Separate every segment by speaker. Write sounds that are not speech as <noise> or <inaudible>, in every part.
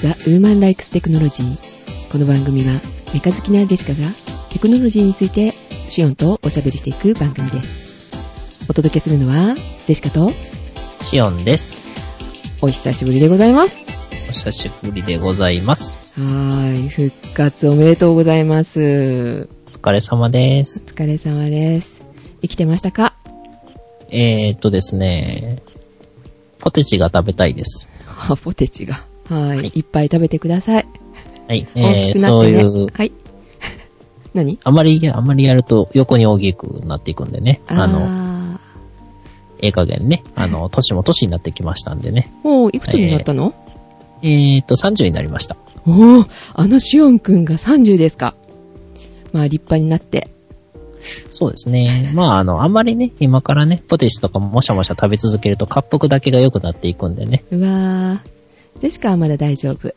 Speaker 1: ザ・ウーマン・ライクス・テクノロジー。この番組は、メカ好きなデシカが、テクノロジーについて、シオンとおしゃべりしていく番組です。お届けするのは、デシカと、
Speaker 2: シオンです。
Speaker 1: お久しぶりでございます。
Speaker 2: お久しぶりでございます。
Speaker 1: はーい、復活おめでとうございます。
Speaker 2: お疲れ様で
Speaker 1: お
Speaker 2: す。
Speaker 1: 疲れ様です。生きてましたか
Speaker 2: えーっとですね、ポテチが食べたいです。
Speaker 1: あ、ポテチが。はい,、
Speaker 2: はい
Speaker 1: い。っぱい食べてください。
Speaker 2: はい、
Speaker 1: 大き
Speaker 2: えー、
Speaker 1: くなっ
Speaker 2: そう
Speaker 1: て
Speaker 2: い
Speaker 1: ね。
Speaker 2: う、
Speaker 1: はい。何
Speaker 2: あまり、あまりやると横に大きくなっていくんでね、あの、
Speaker 1: の、
Speaker 2: ええ加減ね、あの、年も年になってきましたんでね、
Speaker 1: もういくつになったの、
Speaker 2: えーっと、30になりました。
Speaker 1: おー、あのシオンくんが30ですか。まあ立派になって。
Speaker 2: そうですね。まあ、あの、あんまりね、今からね、ポテチとかもしゃもしゃ食べ続けると、滑腹だけが良くなっていくんでね、
Speaker 1: うわー。ジェシカはまだ大丈夫。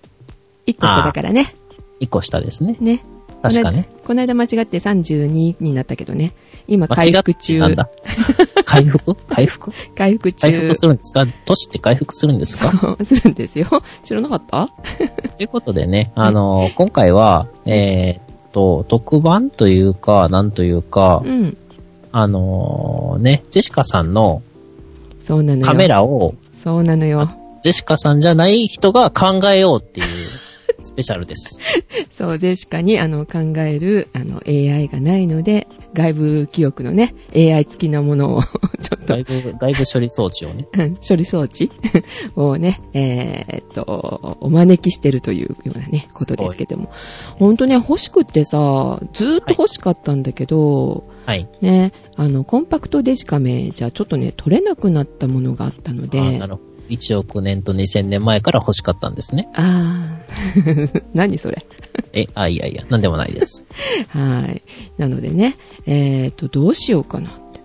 Speaker 1: 1個下だからね。
Speaker 2: 一個下ですね。
Speaker 1: ね。
Speaker 2: 確かね。
Speaker 1: この間間違って32になったけどね。今
Speaker 2: 間違
Speaker 1: 回
Speaker 2: って
Speaker 1: 復中
Speaker 2: な。んだ
Speaker 1: <laughs>
Speaker 2: 回復回復
Speaker 1: 回復中。
Speaker 2: 回復するんですか年って回復するんです <laughs> か
Speaker 1: そう <laughs> するんですよ。知らなかった
Speaker 2: ということでね、あの、今回は、えーっと、特番というか、なんというか
Speaker 1: う、ん。
Speaker 2: あのーね、ジェシカさんの
Speaker 1: そうなのよ。
Speaker 2: カメラを、
Speaker 1: そうなのよ。
Speaker 2: ジェシカさんじゃない人が考えようっていう <laughs> スペシャルです。
Speaker 1: そう、ジェシカにあの考えるあの AI がないので、外部記憶のね、AI 付きなものを <laughs> ちょっと
Speaker 2: 外部、外部処理装置をね。
Speaker 1: うん処理装置 <laughs> をね、えーっと、お招きしてるというようなね、ことですけども。ほんとね、欲しくってさ、ずーっと欲しかったんだけど、
Speaker 2: はい。
Speaker 1: ね、あの、コンパクトデジカメじゃちょっとね、撮れなくなったものがあったので、
Speaker 2: あなるほど。1億年と2000年前から欲しかったんです <laughs> ね。
Speaker 1: あー、 <laughs> 何それ。
Speaker 2: え、あ、いやいや、なんでもないです。
Speaker 1: はい。なのでね、えーっと、どうしようかなって。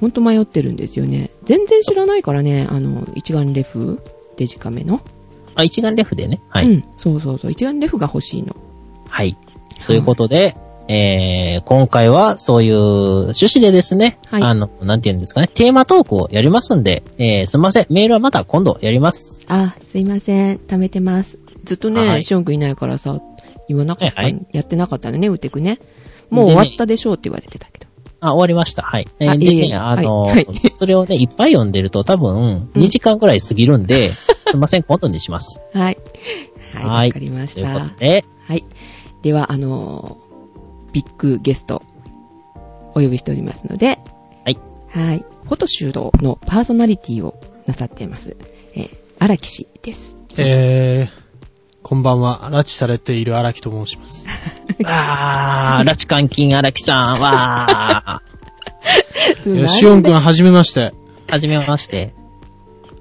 Speaker 1: ほんと迷ってるんですよね。全然知らないからね、あの、一眼レフデジカメの。
Speaker 2: あ、一眼レフでね。はい。
Speaker 1: うん、そうそうそう。一眼レフが欲しいの。
Speaker 2: はい。ということで、えー、今回はそういう趣旨でですね、
Speaker 1: はい
Speaker 2: あの、なんて言うんですかね、テーマトークをやりますんで、えー、すみません、メールはまた今度やります。
Speaker 1: あ、すいません。貯めてます。ずっとね、
Speaker 2: はい
Speaker 1: ショーンくんいないからさ、言わなかった、
Speaker 2: はいは
Speaker 1: やってなかったのね、ウテクね。もう
Speaker 2: で
Speaker 1: 終
Speaker 2: ね
Speaker 1: わったでしょうって言われてたけど。
Speaker 2: あ、終わりました。はい。え
Speaker 1: あ
Speaker 2: ー、
Speaker 1: いえいえ
Speaker 2: でね、あの、
Speaker 1: はいはい <laughs>
Speaker 2: それをね、いっぱい読んでると多分、
Speaker 1: うん
Speaker 2: 2時間くらい過ぎるんで、すみません、今度にします。
Speaker 1: はい。はい、わ、
Speaker 2: はい
Speaker 1: かりまし
Speaker 2: というこ
Speaker 1: た
Speaker 2: と。で、
Speaker 1: はい。では、あのービッグゲスト、お呼びしておりますので、
Speaker 2: はい。
Speaker 1: はい。フォト修道のパーソナリティをなさっています、えー、荒木氏です。
Speaker 3: えー、こんばんは。拉致されている荒木と申します。
Speaker 1: <laughs>
Speaker 2: わー、拉致監禁荒木さん、わ
Speaker 3: えーしおんくん、はじめまして。
Speaker 2: ー、はじめまして。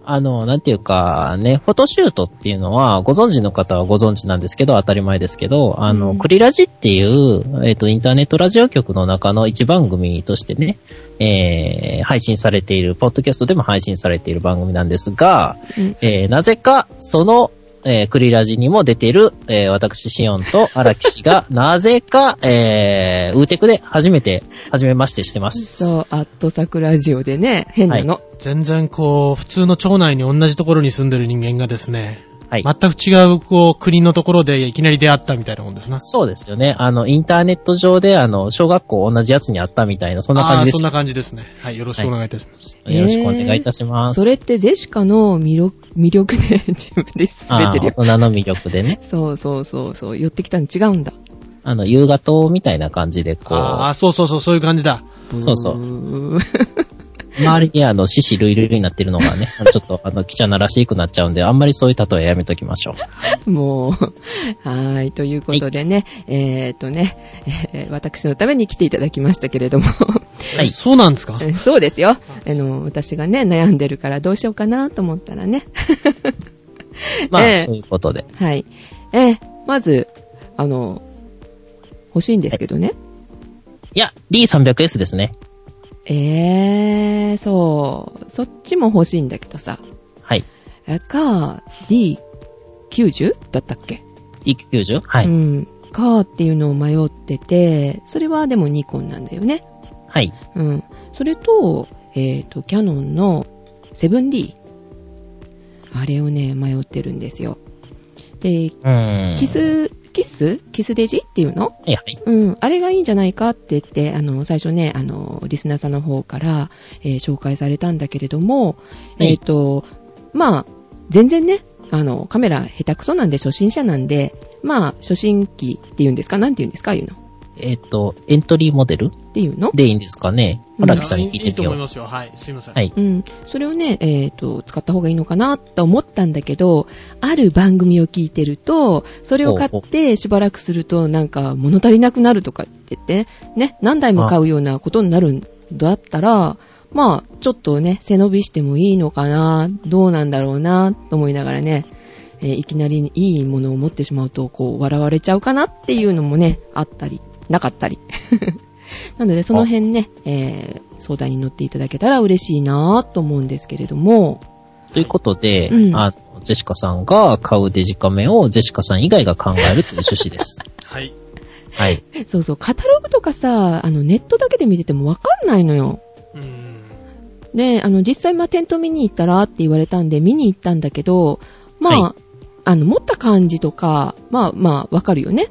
Speaker 2: あの、なんていうか、ね、フォトシュートっていうのは、ご存知の方はご存知なんですけど、当たり前ですけど、あの、
Speaker 1: うん
Speaker 2: クリラジっていう、えっ、と、インターネットラジオ局の中の一番組としてね、えー、配信されている、ポッドキャストでも配信されている番組なんですが、
Speaker 1: うん
Speaker 2: えー、なぜか、その、えー、クリラジにも出ている、えー、私、シオンと荒木氏
Speaker 1: <laughs>
Speaker 2: が、なぜか、えー、ウーテクで初めて、初めましてしてます。
Speaker 1: そう、アットサクラジオでね、変なの。
Speaker 3: 全然こう、普通の町内に同じところに住んでる人間がですね、
Speaker 2: はい。
Speaker 3: 全く違うこう、国のところでいきなり出会ったみたいなもんですな。
Speaker 2: そうですよね。あの、インターネット上で、あの、小学校同じやつにあったみたいな、そんな感じで
Speaker 3: あーそ
Speaker 2: す。
Speaker 3: ん
Speaker 2: よ
Speaker 3: な感じですね。はい、よろしくお願いいたします。
Speaker 1: えー
Speaker 2: ろしくお願いいたします。
Speaker 1: それってジェシカの魅力、魅力で自分で滑ってるよ。
Speaker 2: あー大人の魅力で
Speaker 1: <laughs>
Speaker 2: ね。
Speaker 1: そうそうそうそう、寄ってきたの違うんだ。
Speaker 2: あの、夕方みたいな感じで、こ
Speaker 3: あ
Speaker 2: う、
Speaker 3: あ、そうそうそう、そういう感じだ。
Speaker 2: そうそう
Speaker 1: うーん。
Speaker 2: 周りにあの、獅子類類になってるのがね、あのちょっと、あの、キチャナらしくなっちゃうんで、あんまりそういう例えやめときましょう。
Speaker 1: もう、はーい、ということでね、えーっとね、えー私のために来ていただきましたけれ
Speaker 2: <laughs>
Speaker 1: ども、
Speaker 2: はい。
Speaker 3: そうなんですか
Speaker 1: えそうですよ。あの、私がね、悩んでるからどうしようかなと思ったらね。
Speaker 2: まあ、
Speaker 1: ええ
Speaker 2: そういうことで。
Speaker 1: はい。えーまず、あの、欲しいんですけどね。
Speaker 2: いや、D300S ですね。
Speaker 1: えー、そう、そっちも欲しいんだけどさ、
Speaker 2: はい。
Speaker 1: か、D90 だったっけ
Speaker 2: D90? はい。
Speaker 1: うん。かっていうのを迷ってて、それはでもニコンなんだよね。
Speaker 2: はい。
Speaker 1: うん。それと、えっ、と、キャノンの 7D。あれをね、迷ってるんですよ。で、
Speaker 2: うん。
Speaker 1: キス、キスキスデジっていうの
Speaker 2: はいはい。
Speaker 1: うん。あれがいいんじゃないかって言って、あの、最初ね、あの、リスナーさんの方から、えー紹介されたんだけれども、
Speaker 2: はい
Speaker 1: えっ、と、まあ、全然ね、あの、カメラ下手くそなんで初心者なんで、まあ、初心機っていうんですかなんて言うんですかああいうの。
Speaker 2: えっ、と、エントリーモデル
Speaker 1: っていうの
Speaker 2: でいいんですかね。
Speaker 1: うん
Speaker 2: 荒
Speaker 1: ラ
Speaker 2: 木さんに聞い
Speaker 3: い
Speaker 2: て
Speaker 3: いと
Speaker 2: みよ。
Speaker 3: 思いうますよ。はい。すいません。
Speaker 2: はい
Speaker 1: うん、それをね、えっと使った方がいいのかなと思ったんだけどある番組を聞いてるとそれを買
Speaker 2: ほう
Speaker 1: ってしばらくするとなんか物足りなくなるとかって言って、ね、何台も買うようなことになるんだったらまあちょっとね背伸びしてもいいのかなどうなんだろうなと思いながらね、えーいきなりいいものを持ってしまうとこう笑われちゃうかなっていうのもねあったりなかったり。 <laughs> なので、その辺ね、えー、相談に乗っていただけたら嬉しいなぁと思うんですけれども、
Speaker 2: ということで、
Speaker 1: うん
Speaker 2: あの、ジェシカさんが買うデジカメをジェシカさん以外が考えるという趣旨です。
Speaker 3: <laughs> はい。
Speaker 2: はい。
Speaker 1: そうそう、カタログとかさ、あの、ネットだけで見ててもわかんないのよ。
Speaker 3: うん。
Speaker 1: で、あの、実際、まあ、店頭見に行ったらって言われたんで、見に行ったんだけど、まあ、
Speaker 2: は
Speaker 1: あの、持った感じとか、まあまあ、わかるよね。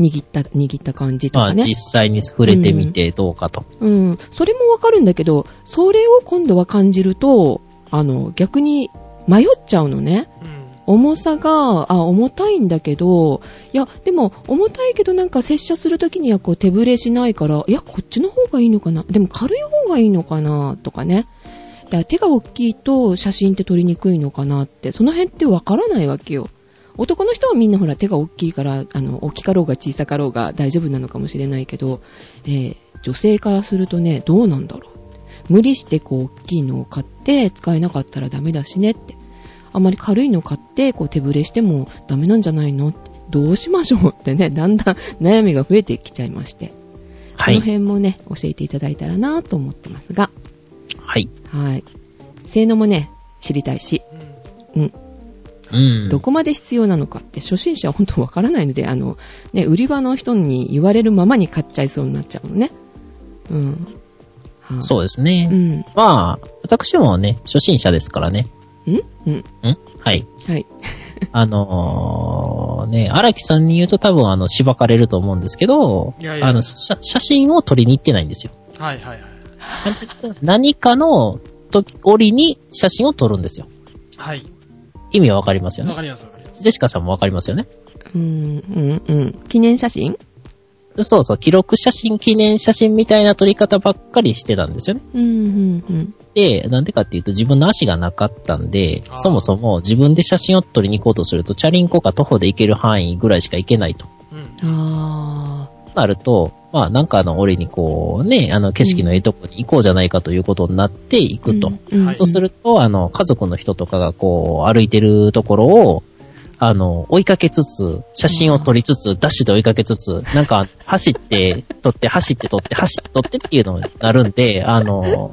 Speaker 1: 握った、握った感じと
Speaker 2: まあ、
Speaker 1: かね。
Speaker 2: 実際に触れてみてどうかと。
Speaker 1: うん、それもわかるんだけど、それを今度は感じると、あの、逆に迷っちゃうのね。
Speaker 3: うん。
Speaker 1: 重さが、あ、重たいんだけど、いや、でも、重たいけどなんか接写するときにはこう手ぶれしないから、いや、こっちの方がいいのかな。でも軽い方がいいのかな、とかね。だから手が大きいと写真って撮りにくいのかなって、その辺ってわからないわけよ。男の人はみんなほら手が大きいから、あの、大きかろうが小さかろうが大丈夫なのかもしれないけど、えー女性からするとね、どうなんだろう。無理してこう大きいのを買って使えなかったらダメだしねって。あまり軽いの買ってこう手ぶれしてもダメなんじゃないのってどうしましょうってね、 <laughs> だんだん悩みが増えてきちゃいまして。
Speaker 2: は
Speaker 1: その
Speaker 2: い。
Speaker 1: 辺もね、教えていただいたらなと思ってますが。
Speaker 2: はい。
Speaker 1: はい。性能もね、知りたいし、うん。
Speaker 2: うん。
Speaker 1: どこまで必要なのかって初心者は本当わからないので、あの、ね、売り場の人に言われるままに買っちゃいそうになっちゃうのね。うん。はい
Speaker 2: そうですね。
Speaker 1: うん。
Speaker 2: まあ、私もね、初心者ですからね。
Speaker 1: うんうん。
Speaker 2: ん
Speaker 1: <laughs>
Speaker 2: はい。
Speaker 1: はい。
Speaker 2: あのー、ね、荒木さんに言うと多分あの、しばかれると思うんですけど、
Speaker 3: いやいや
Speaker 2: あの、写写真を撮りに行ってないん
Speaker 3: <laughs>
Speaker 2: ですよ。
Speaker 3: はいはいはい。
Speaker 2: 何かの時折に写真を撮るんですよ。
Speaker 3: はい。
Speaker 2: 意味はわかりますよ
Speaker 3: わ
Speaker 2: ね。
Speaker 3: かりますわかります。
Speaker 2: ジェシカさんもわかりますよね。
Speaker 1: うん、うん、うん。記念写真
Speaker 2: そうそう、記録写真、記念写真みたいな撮り方ばっかりしてたんですよね。
Speaker 1: うん、うん、うん。
Speaker 2: で、なんでかっていうと自分の足がなかったんで、
Speaker 3: あー
Speaker 2: そもそも自分で写真を撮りに行こうとすると、チャリンコか徒歩で行ける範囲ぐらいしか行けないと。
Speaker 3: うん。
Speaker 1: あー。
Speaker 2: なると、まあなんかあの、俺にこうね、あの景色のいいとこに行こうじゃないかということになって行くと。
Speaker 1: うん
Speaker 3: はい
Speaker 2: そうすると、あの、家族の人とかがこう、歩いてるところを、あの、追いかけつつ、写真を撮りつつ、ダッシュで追いかけつ
Speaker 3: <laughs>
Speaker 2: つ、なんか、走って、撮って、走って、撮って、走って、撮ってっていうのになるんで、あの、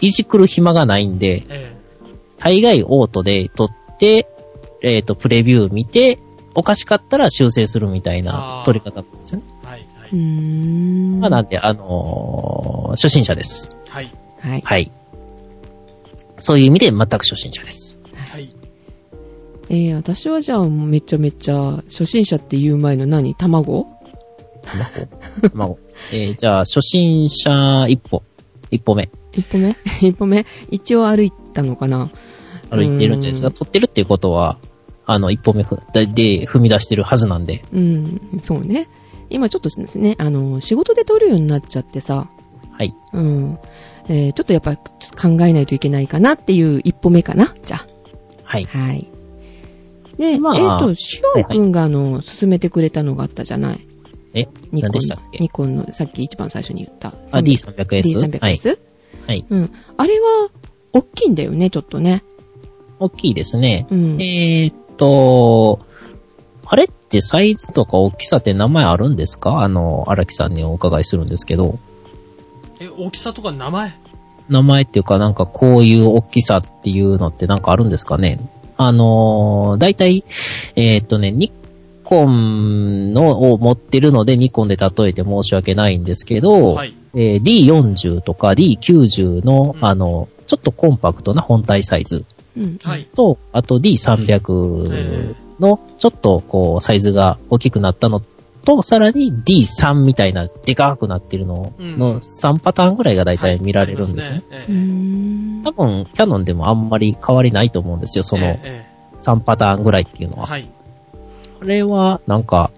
Speaker 2: いじくる暇がないんで、
Speaker 3: え
Speaker 2: 大概オートで撮って、えっ、と、プレビュー見て、おかしかったら修正するみたいな
Speaker 3: あー
Speaker 2: 撮り方なんですよね。
Speaker 3: え。はいは
Speaker 1: うー
Speaker 3: い。
Speaker 1: ん
Speaker 2: まあ、なんで、あのー初心者です。
Speaker 3: はい。
Speaker 1: はい。
Speaker 2: はい。そういう意味で全く初心者です。
Speaker 3: はい。
Speaker 1: えー、私はじゃあ、めちゃめちゃ、初心者って言う前の何卵
Speaker 2: 卵卵。えーじゃあ、初心者一歩。一歩目。
Speaker 1: 一歩目 <laughs> 一歩目一応歩いたのかな
Speaker 2: 歩いてるんじゃないですか。
Speaker 1: うん
Speaker 2: 撮ってるっていうことは、あの、一歩目ふでで踏み出してるはずなんで。
Speaker 1: うん、そうね。今ちょっとですね、あの、仕事で撮るようになっちゃってさ、
Speaker 2: はい。
Speaker 1: うん。えー、ちょっとやっぱ考えないといけないかなっていう一歩目かなじゃあ。
Speaker 2: はい。
Speaker 1: はい。で、
Speaker 2: まあ
Speaker 1: えっ、と、しおんくんが、あの、勧めてくれたのがあったじゃない
Speaker 2: え、
Speaker 1: ニコン
Speaker 2: 何でしたっけ
Speaker 1: ニコンの、さっき一番最初に言った。
Speaker 2: あ、D300S? はい。
Speaker 1: D300S?
Speaker 2: はい。
Speaker 1: うん。あれは、大きいんだよね、ちょっとね。
Speaker 2: 大きいですね。
Speaker 1: うん。
Speaker 2: えーっと、あれってサイズとか大きさって名前あるんですかあの、荒木さんにお伺いするんですけど。
Speaker 3: え、大きさとか名前
Speaker 2: 名前っていうか、なんかこういう大きさっていうのってなんかあるんですかねあのー、大体、えーっとね、ニコンのを持ってるので、ニコンで例えて申し訳ないんですけど、
Speaker 3: はい。
Speaker 2: えー D40 とか D90 の、
Speaker 3: うん
Speaker 2: あの、ちょっとコンパクトな本体サイズ
Speaker 1: うん。
Speaker 3: はい。
Speaker 2: と、あと D300 の、ちょっとこう、サイズが大きくなったのと、さらに D3 みたいな、でかくなってるの
Speaker 3: うん
Speaker 2: の3パターンぐらいが大体見られるんですね。
Speaker 3: はい。
Speaker 1: うー
Speaker 3: ありますね
Speaker 1: ん
Speaker 2: 多分、キャノンでもあんまり変わりないと思うんですよ、そ
Speaker 3: ええ
Speaker 2: の
Speaker 3: え
Speaker 2: 3パターンぐらいっていう
Speaker 3: え
Speaker 2: のは。
Speaker 3: はい。
Speaker 2: これは、なんか、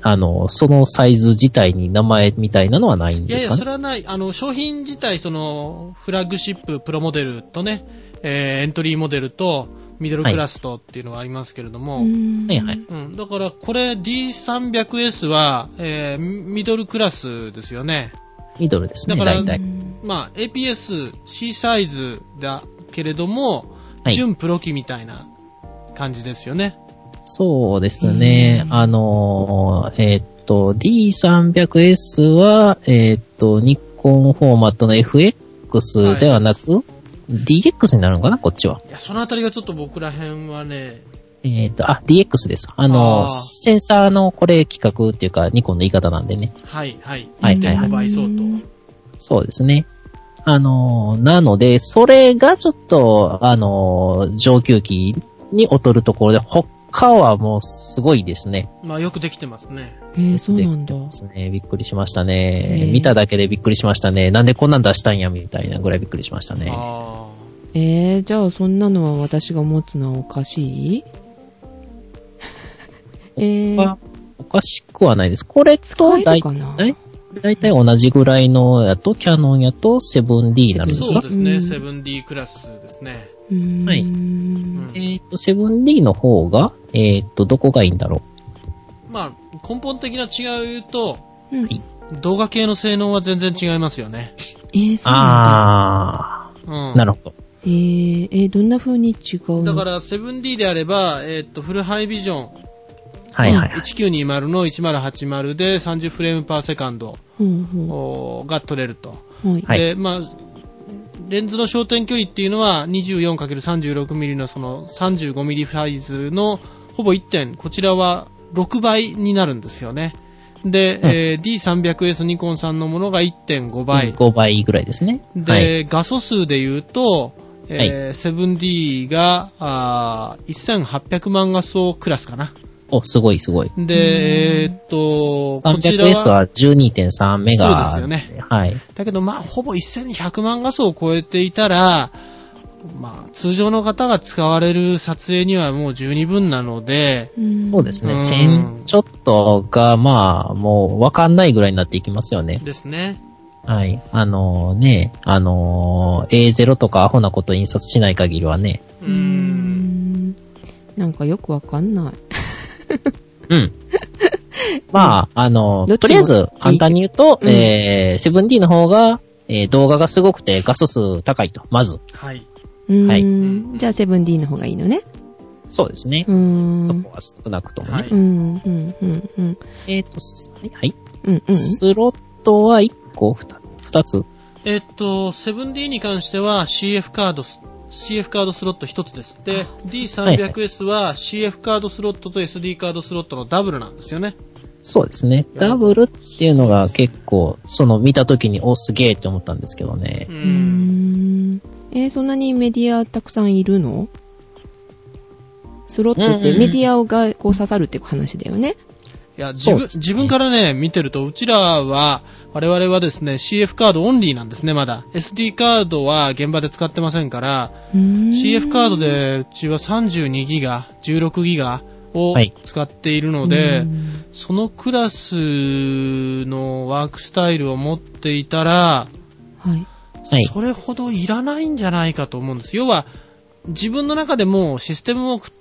Speaker 2: あの、そのサイズ自体に名前みたいなのはないん
Speaker 3: いや
Speaker 2: で
Speaker 3: い
Speaker 2: す
Speaker 3: や、
Speaker 2: かね
Speaker 3: それはない。あの、商品自体、その、フラッグシップ、プロモデルとね、えーエントリーモデルと、ミドルクラスとっていうのはありますけれども、
Speaker 2: はいはい
Speaker 3: うん、だからこれ D300S は、えーミドルクラスですよね。
Speaker 2: ミドルですね、
Speaker 3: だから
Speaker 2: 大体。
Speaker 3: まあ、APS-C サイズだけれども、
Speaker 2: はい
Speaker 3: 純プロ機みたいな感じですよね。
Speaker 2: そうですね
Speaker 1: う。ん
Speaker 2: あのー、えーっと、D300S は、えーっと、ニコンフォーマットの FX じゃなく、DX になるのかなこっちは。
Speaker 3: いや、そのあたりがちょっと僕ら辺はね、
Speaker 2: えーっと、あ、DX です。あのー
Speaker 3: あー
Speaker 2: センサーのこれ企画っていうか、ニコンの言い方なんでね。
Speaker 3: はい、はい。
Speaker 2: はいはいはい
Speaker 3: 1.5倍相当。
Speaker 2: そうですね。あのー、なので、それがちょっと、あのー、上級機に劣るところで、他はもうすごいですね。
Speaker 3: まあ、よくできてますね。
Speaker 1: えー、そうなんだ。
Speaker 2: そうですね。びっくりしました
Speaker 1: え
Speaker 2: ね
Speaker 1: ー。
Speaker 2: 見ただけでびっくりしましたね。なんでこんなん出したんや、みたいなぐらいびっくりしましたね。
Speaker 3: あ
Speaker 1: えー、じゃあそんなのは私が持つのはおかしいえー
Speaker 2: は、おかしくはないです。これ
Speaker 1: 使
Speaker 2: と
Speaker 1: え
Speaker 2: だ
Speaker 1: る
Speaker 2: い、
Speaker 1: かな
Speaker 2: えだいたい同じぐらいのやと、キャノンやと 7D にな
Speaker 3: あ。
Speaker 2: るんです
Speaker 3: そう
Speaker 2: か
Speaker 3: ですね、
Speaker 1: うん
Speaker 3: 7D クラスですね。
Speaker 1: うーん
Speaker 2: はいう
Speaker 3: うん
Speaker 1: ん
Speaker 2: えっ、と、7D の方が、えっ、と、どこがいいんだろ
Speaker 3: まあ、根本的な違いを言うと、
Speaker 2: い
Speaker 3: 動画系の性能は全然違いますよね。
Speaker 1: えー、
Speaker 2: う
Speaker 1: そうなんだ。
Speaker 2: あ
Speaker 3: うん。
Speaker 2: ー、なるほど。
Speaker 1: えー、えーどんな風に違うの
Speaker 3: だから 7D であれば、えーっと、フルハイビジョン、
Speaker 2: はいはいはい。
Speaker 3: 1920の1080で30フレームパーセカンド
Speaker 1: うん
Speaker 3: おーが取れると。
Speaker 1: うんはい。
Speaker 2: はい
Speaker 3: で、まあ、レンズの焦点距離っていうのは 24×36mm のその 35mm サイズのほぼ1点、こちらは6倍になるんですよね。で、
Speaker 2: うん
Speaker 3: えー D300S ニコンさんのものが1.5倍。
Speaker 2: 5倍ぐらいですね。
Speaker 3: で、
Speaker 2: はい。
Speaker 3: 画素数で言うと、えー 7D があー1800万画素クラスかな。
Speaker 2: お、すごいすごい。
Speaker 3: で、えーっと、こちら
Speaker 2: 300S
Speaker 3: は、
Speaker 2: は12.3メガ。
Speaker 3: そうですよね。
Speaker 2: はい。
Speaker 3: だけどまあほぼ1100万画素を超えていたら、まあ通常の方が使われる撮影にはもう十二分なので、
Speaker 1: ん
Speaker 2: そうです
Speaker 3: うん
Speaker 2: ね。1000ちょっとが、まあ、もうわかんないぐらいになっていきますよね。
Speaker 3: ですね。
Speaker 2: はい。あのね、あのー A0 とかアホなこと印刷しない限りはね。
Speaker 3: う
Speaker 1: うー
Speaker 3: ん。
Speaker 1: ん。なんかよくわかんない。
Speaker 3: <laughs>
Speaker 2: うん。まあ、あの
Speaker 1: どっちも
Speaker 2: とりあえず簡単に言うと、
Speaker 1: うん
Speaker 2: えー、7D の方が、えー動画がすごくて画素数高いと。まず。
Speaker 3: はい。
Speaker 1: うーん。
Speaker 2: はい
Speaker 1: じゃあ 7D の方がいいのね。
Speaker 2: そうですね
Speaker 1: う。ーん。
Speaker 2: そこは少なくともね。
Speaker 3: はい
Speaker 1: うん、うん、うん、うん。
Speaker 2: えっ、と、すはい、はい。
Speaker 1: うん、うん。
Speaker 2: スロットは1個、2, 2つ。
Speaker 3: えーっと、7D に関しては CF カードス、CF カードスロット一つです。で、D300S は CF カードスロットと SD カードスロットのダブルなんですよね。
Speaker 2: そうですね。ダブルっていうのが結構、その見た時に、お、すげえって思ったんですけどね
Speaker 3: う。
Speaker 1: うー
Speaker 3: ん。
Speaker 1: ん。えーそんなにメディアたくさんいるのスロットっ
Speaker 2: うんうんう
Speaker 1: て
Speaker 2: ん
Speaker 1: メディアがこう刺さるって話だよね。
Speaker 3: いや、自分、
Speaker 2: そうですね
Speaker 3: 自分からね、見てると、うちらは、我々はですね、CF カードオンリーなんですね、まだ。SD カードは現場で使ってませんから、
Speaker 1: うーん
Speaker 3: CF カードで、うちは32ギガ、16ギガを
Speaker 2: はい
Speaker 3: 使っているので、
Speaker 1: うん
Speaker 3: そのクラスのワークスタイルを持っていたら、
Speaker 1: はい。
Speaker 2: はい
Speaker 3: それほどいらないんじゃないかと思うんです。要は、自分の中でもうシステムをく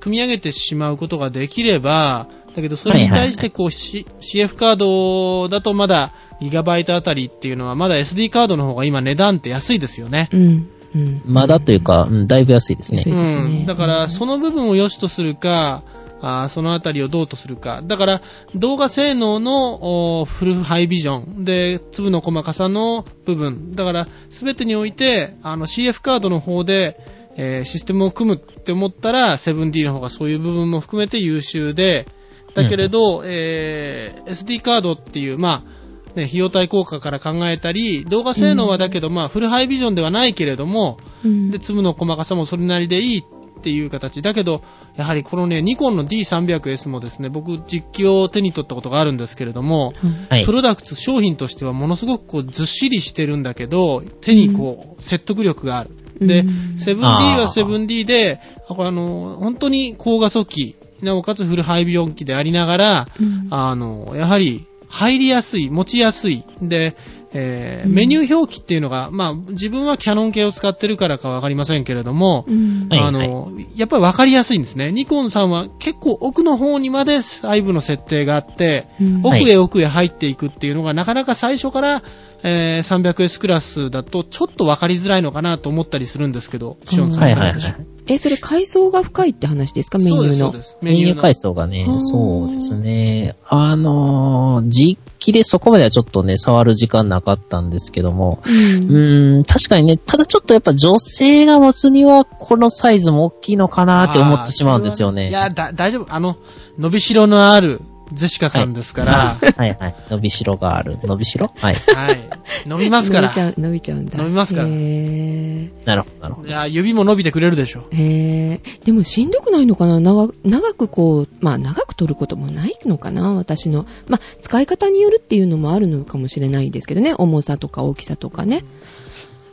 Speaker 3: 組み上げてしまうことができれば、だけどそれに対してこう、C- CF カードだとまだギガバイトあたりっていうのはまだ SD カードの方が今値段って安いですよね。
Speaker 1: うん。うん。
Speaker 2: まだというか、うん、だいぶ安いですね
Speaker 1: 安。いですね
Speaker 3: うん。だからその部分を良しとするか、あーそのあたりをどうとするか。だから動画性能のおーフルハイビジョンで粒の細かさの部分。だから全てにおいてあの CF カードの方で、えーシステムを組むって思ったら 7D の方がそういう部分も含めて優秀で、だけれど、えー SD カードっていう、まあ、ね、費用対効果から考えたり、動画性能はだけど、まあ、フルハイビジョンではないけれども、
Speaker 1: うん
Speaker 3: で、粒の細かさもそれなりでいいっていう形。だけど、やはりこのね、ニコンの D300S もですね、僕実機を手に取ったことがあるんですけれども、
Speaker 1: はい
Speaker 2: はい
Speaker 3: プ。ロダクツ、商品としてはものすごくこうずっしりしてるんだけど、手にこう、説得力がある。で
Speaker 1: うん、
Speaker 3: 7D
Speaker 2: あ
Speaker 3: は
Speaker 2: ー
Speaker 3: 7D で、あこれあの、本当に高画素機、なおかつフルハイビオン機でありながら、
Speaker 1: うん
Speaker 3: あの、やはり入りやすい、持ちやすい。で、えー
Speaker 1: うん
Speaker 3: メニュー表記っていうのが、まあ、自分はキャノン系を使ってるからかわかりませんけれども、
Speaker 1: うん
Speaker 2: はい
Speaker 3: あの、やっぱりわかりやすいんですね。ニコンさんは結構奥の方にまで細部の設定があって、
Speaker 1: うん
Speaker 2: は
Speaker 3: 奥
Speaker 2: い
Speaker 3: へ奥へ入っていくっていうのが、なかなか最初から、えー 300S クラスだとちょっとわかりづらいのかなと思ったりするんですけど、シオンさん
Speaker 2: はい
Speaker 3: か
Speaker 2: は
Speaker 3: が
Speaker 2: い
Speaker 3: でしょう
Speaker 2: はい。
Speaker 1: え、それ階層が深いって話ですかメニ
Speaker 3: そ
Speaker 1: ュ
Speaker 3: うで
Speaker 1: ー
Speaker 3: す、そう
Speaker 1: の
Speaker 3: で。す。
Speaker 2: メニュー
Speaker 3: の
Speaker 2: 階層がね
Speaker 1: あー、
Speaker 2: そうですね。あのー、実機でそこまではちょっとね、触る時間なかったんですけども、
Speaker 1: うん
Speaker 2: うーん、確かにね、ただちょっとやっぱ女性が持つには、このサイズも大きいのかなって思ってしまうんですよね。
Speaker 3: いや、だ、大丈夫。あの、伸びしろのあるゼシカさんですから
Speaker 2: は、いはいはい。伸びしろがある。伸びしろはい。
Speaker 3: はい。伸びます
Speaker 1: <laughs>
Speaker 3: か
Speaker 1: 伸びちゃ
Speaker 3: ら。
Speaker 1: う、伸びちゃうんだ。
Speaker 3: 伸びますから
Speaker 1: へー
Speaker 2: なるほど、なるほ
Speaker 3: いや、指も伸びてくれるでしょ。
Speaker 1: へーでもしんどくないのかな長長くこう、まあ長く取ることもないのかな私の。まあ使い方によるっていうのもあるのかもしれないですけどね。重さとか大きさとかね。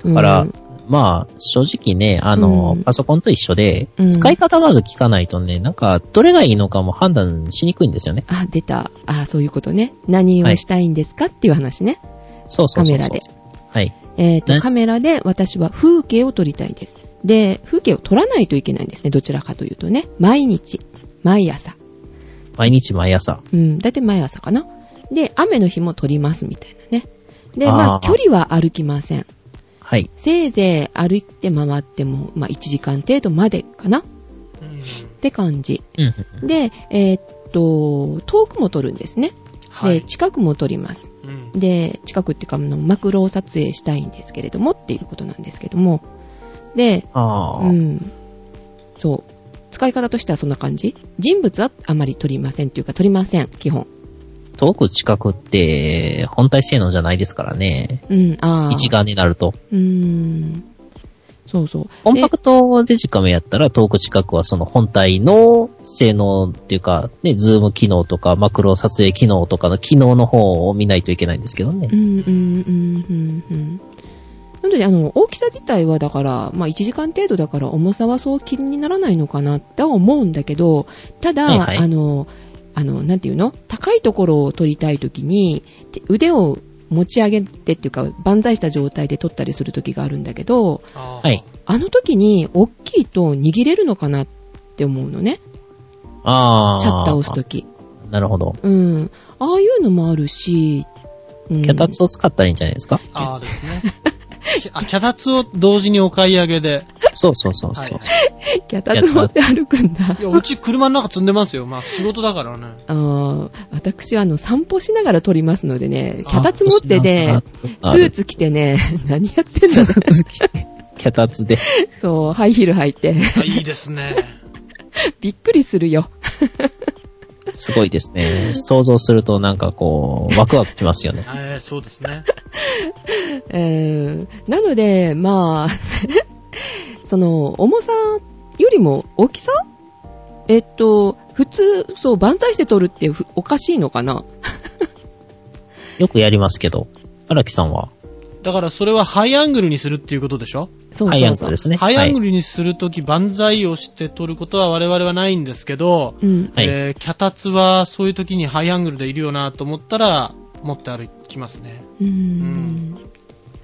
Speaker 2: ど。
Speaker 1: だ
Speaker 2: だから、まあ、正直ね、あの、
Speaker 1: うん
Speaker 2: パソコンと一緒で
Speaker 1: うん、
Speaker 2: 使い方まず聞かないとね、なんか、どれがいいのかも判断しにくいんですよね。
Speaker 1: あ、出た。あ、そういうことね。何をしたいんですかっていう話ね。
Speaker 2: そうそうそうそ
Speaker 1: カメ
Speaker 2: う。
Speaker 1: ラで。
Speaker 2: はい。
Speaker 1: えっ、と、
Speaker 2: ね
Speaker 1: カメラで私は風景を撮りたいです。で、風景を撮らないといけないんですね。どちらかというとね。毎日、毎朝。
Speaker 2: 毎日毎朝。
Speaker 1: うん、だいたい毎朝かな。で、雨の日も撮りますみたいなね。で、
Speaker 2: あー
Speaker 1: まあ、距離は歩きません。
Speaker 2: はい。
Speaker 1: せいぜい歩いて回っても、まあ、1時間程度までかなっ
Speaker 3: うん
Speaker 1: て感じ。
Speaker 2: うんうんうん。
Speaker 1: で、えーっと、遠くも撮るんですね。
Speaker 3: は
Speaker 1: で、
Speaker 3: い。
Speaker 1: 近くも撮ります。
Speaker 3: うん
Speaker 1: で、近くっていうか、あのマクロを撮影したいんですけれどもっていうことなんですけども。で、
Speaker 2: ああ、
Speaker 1: うん。そう。使い方としてはそんな感じ。人物はあまり撮りませんというか、撮りません、基本。
Speaker 2: 遠く近くって、本体性能じゃないですからね。
Speaker 1: うん、ああ。
Speaker 2: 一眼になると。
Speaker 1: うーん。そうそう。
Speaker 2: コンパ
Speaker 1: ト
Speaker 2: クトデジカメやったら遠く近くはその本体の性能っていうか、ね、ズーム機能とかマクロ撮影機能とかの機能の方を見ないといけないんですけどね
Speaker 1: う。んうんうんうんうん。なので、あの、大きさ自体はだから、まあ1時間程度だから重さはそう気にならないのかなって思うんだけど、ただ、
Speaker 2: はいはい
Speaker 1: あの、あの、なんていうの高いところを撮りたいときに、て腕を持ち上げてっていうか、万歳した状態で撮ったりするときがあるんだけど、
Speaker 3: は
Speaker 2: はい。
Speaker 1: あの時に大きいと握れるのかなって思うのね。
Speaker 2: ああ。
Speaker 1: シャッターを押すとき。
Speaker 2: なるほど。
Speaker 1: うん。ああいうのもあるし、うん、
Speaker 2: 脚立を使ったらいいんじゃないですか、
Speaker 3: ああですね。あ、脚立を同時にお買い上げで。
Speaker 2: そうそうそうそう。
Speaker 1: 脚立持って歩くんだ <laughs>
Speaker 3: い。や、うち車の中積んでますよ。まあ、仕事だからね。
Speaker 1: あー私はあの散歩しながら撮りますのでね、脚立持って
Speaker 2: あ
Speaker 1: ね、ス
Speaker 2: あ
Speaker 1: ーツ着てね、 <laughs> 何やってんだろ
Speaker 2: 脚立で。
Speaker 1: うそう、ハイヒール履いて、 <laughs>
Speaker 3: あいいですね。
Speaker 1: びっくりするよ。
Speaker 2: すごいですね。想像するとなんかこう、ワクワクしますよね。
Speaker 3: えー、そうですね。
Speaker 1: えーなので、まあ、 <laughs> その、重さよりも大きさえっと、普通、そう、万歳して撮るってふおかしいのかな
Speaker 2: よくやりますけど。荒木さんは
Speaker 3: だからそれはハイアングルにするっていうことでしょ
Speaker 1: そうそうそう。
Speaker 2: ハイアングルですね。
Speaker 3: ハイアング
Speaker 2: ル。
Speaker 3: ルにするとき、万歳をして撮ることは我々はないんですけど、
Speaker 1: うん。
Speaker 2: はい
Speaker 3: えー脚立はそういうときにハイアングルでいるよなと思ったら、持って歩きますね。
Speaker 1: うーん。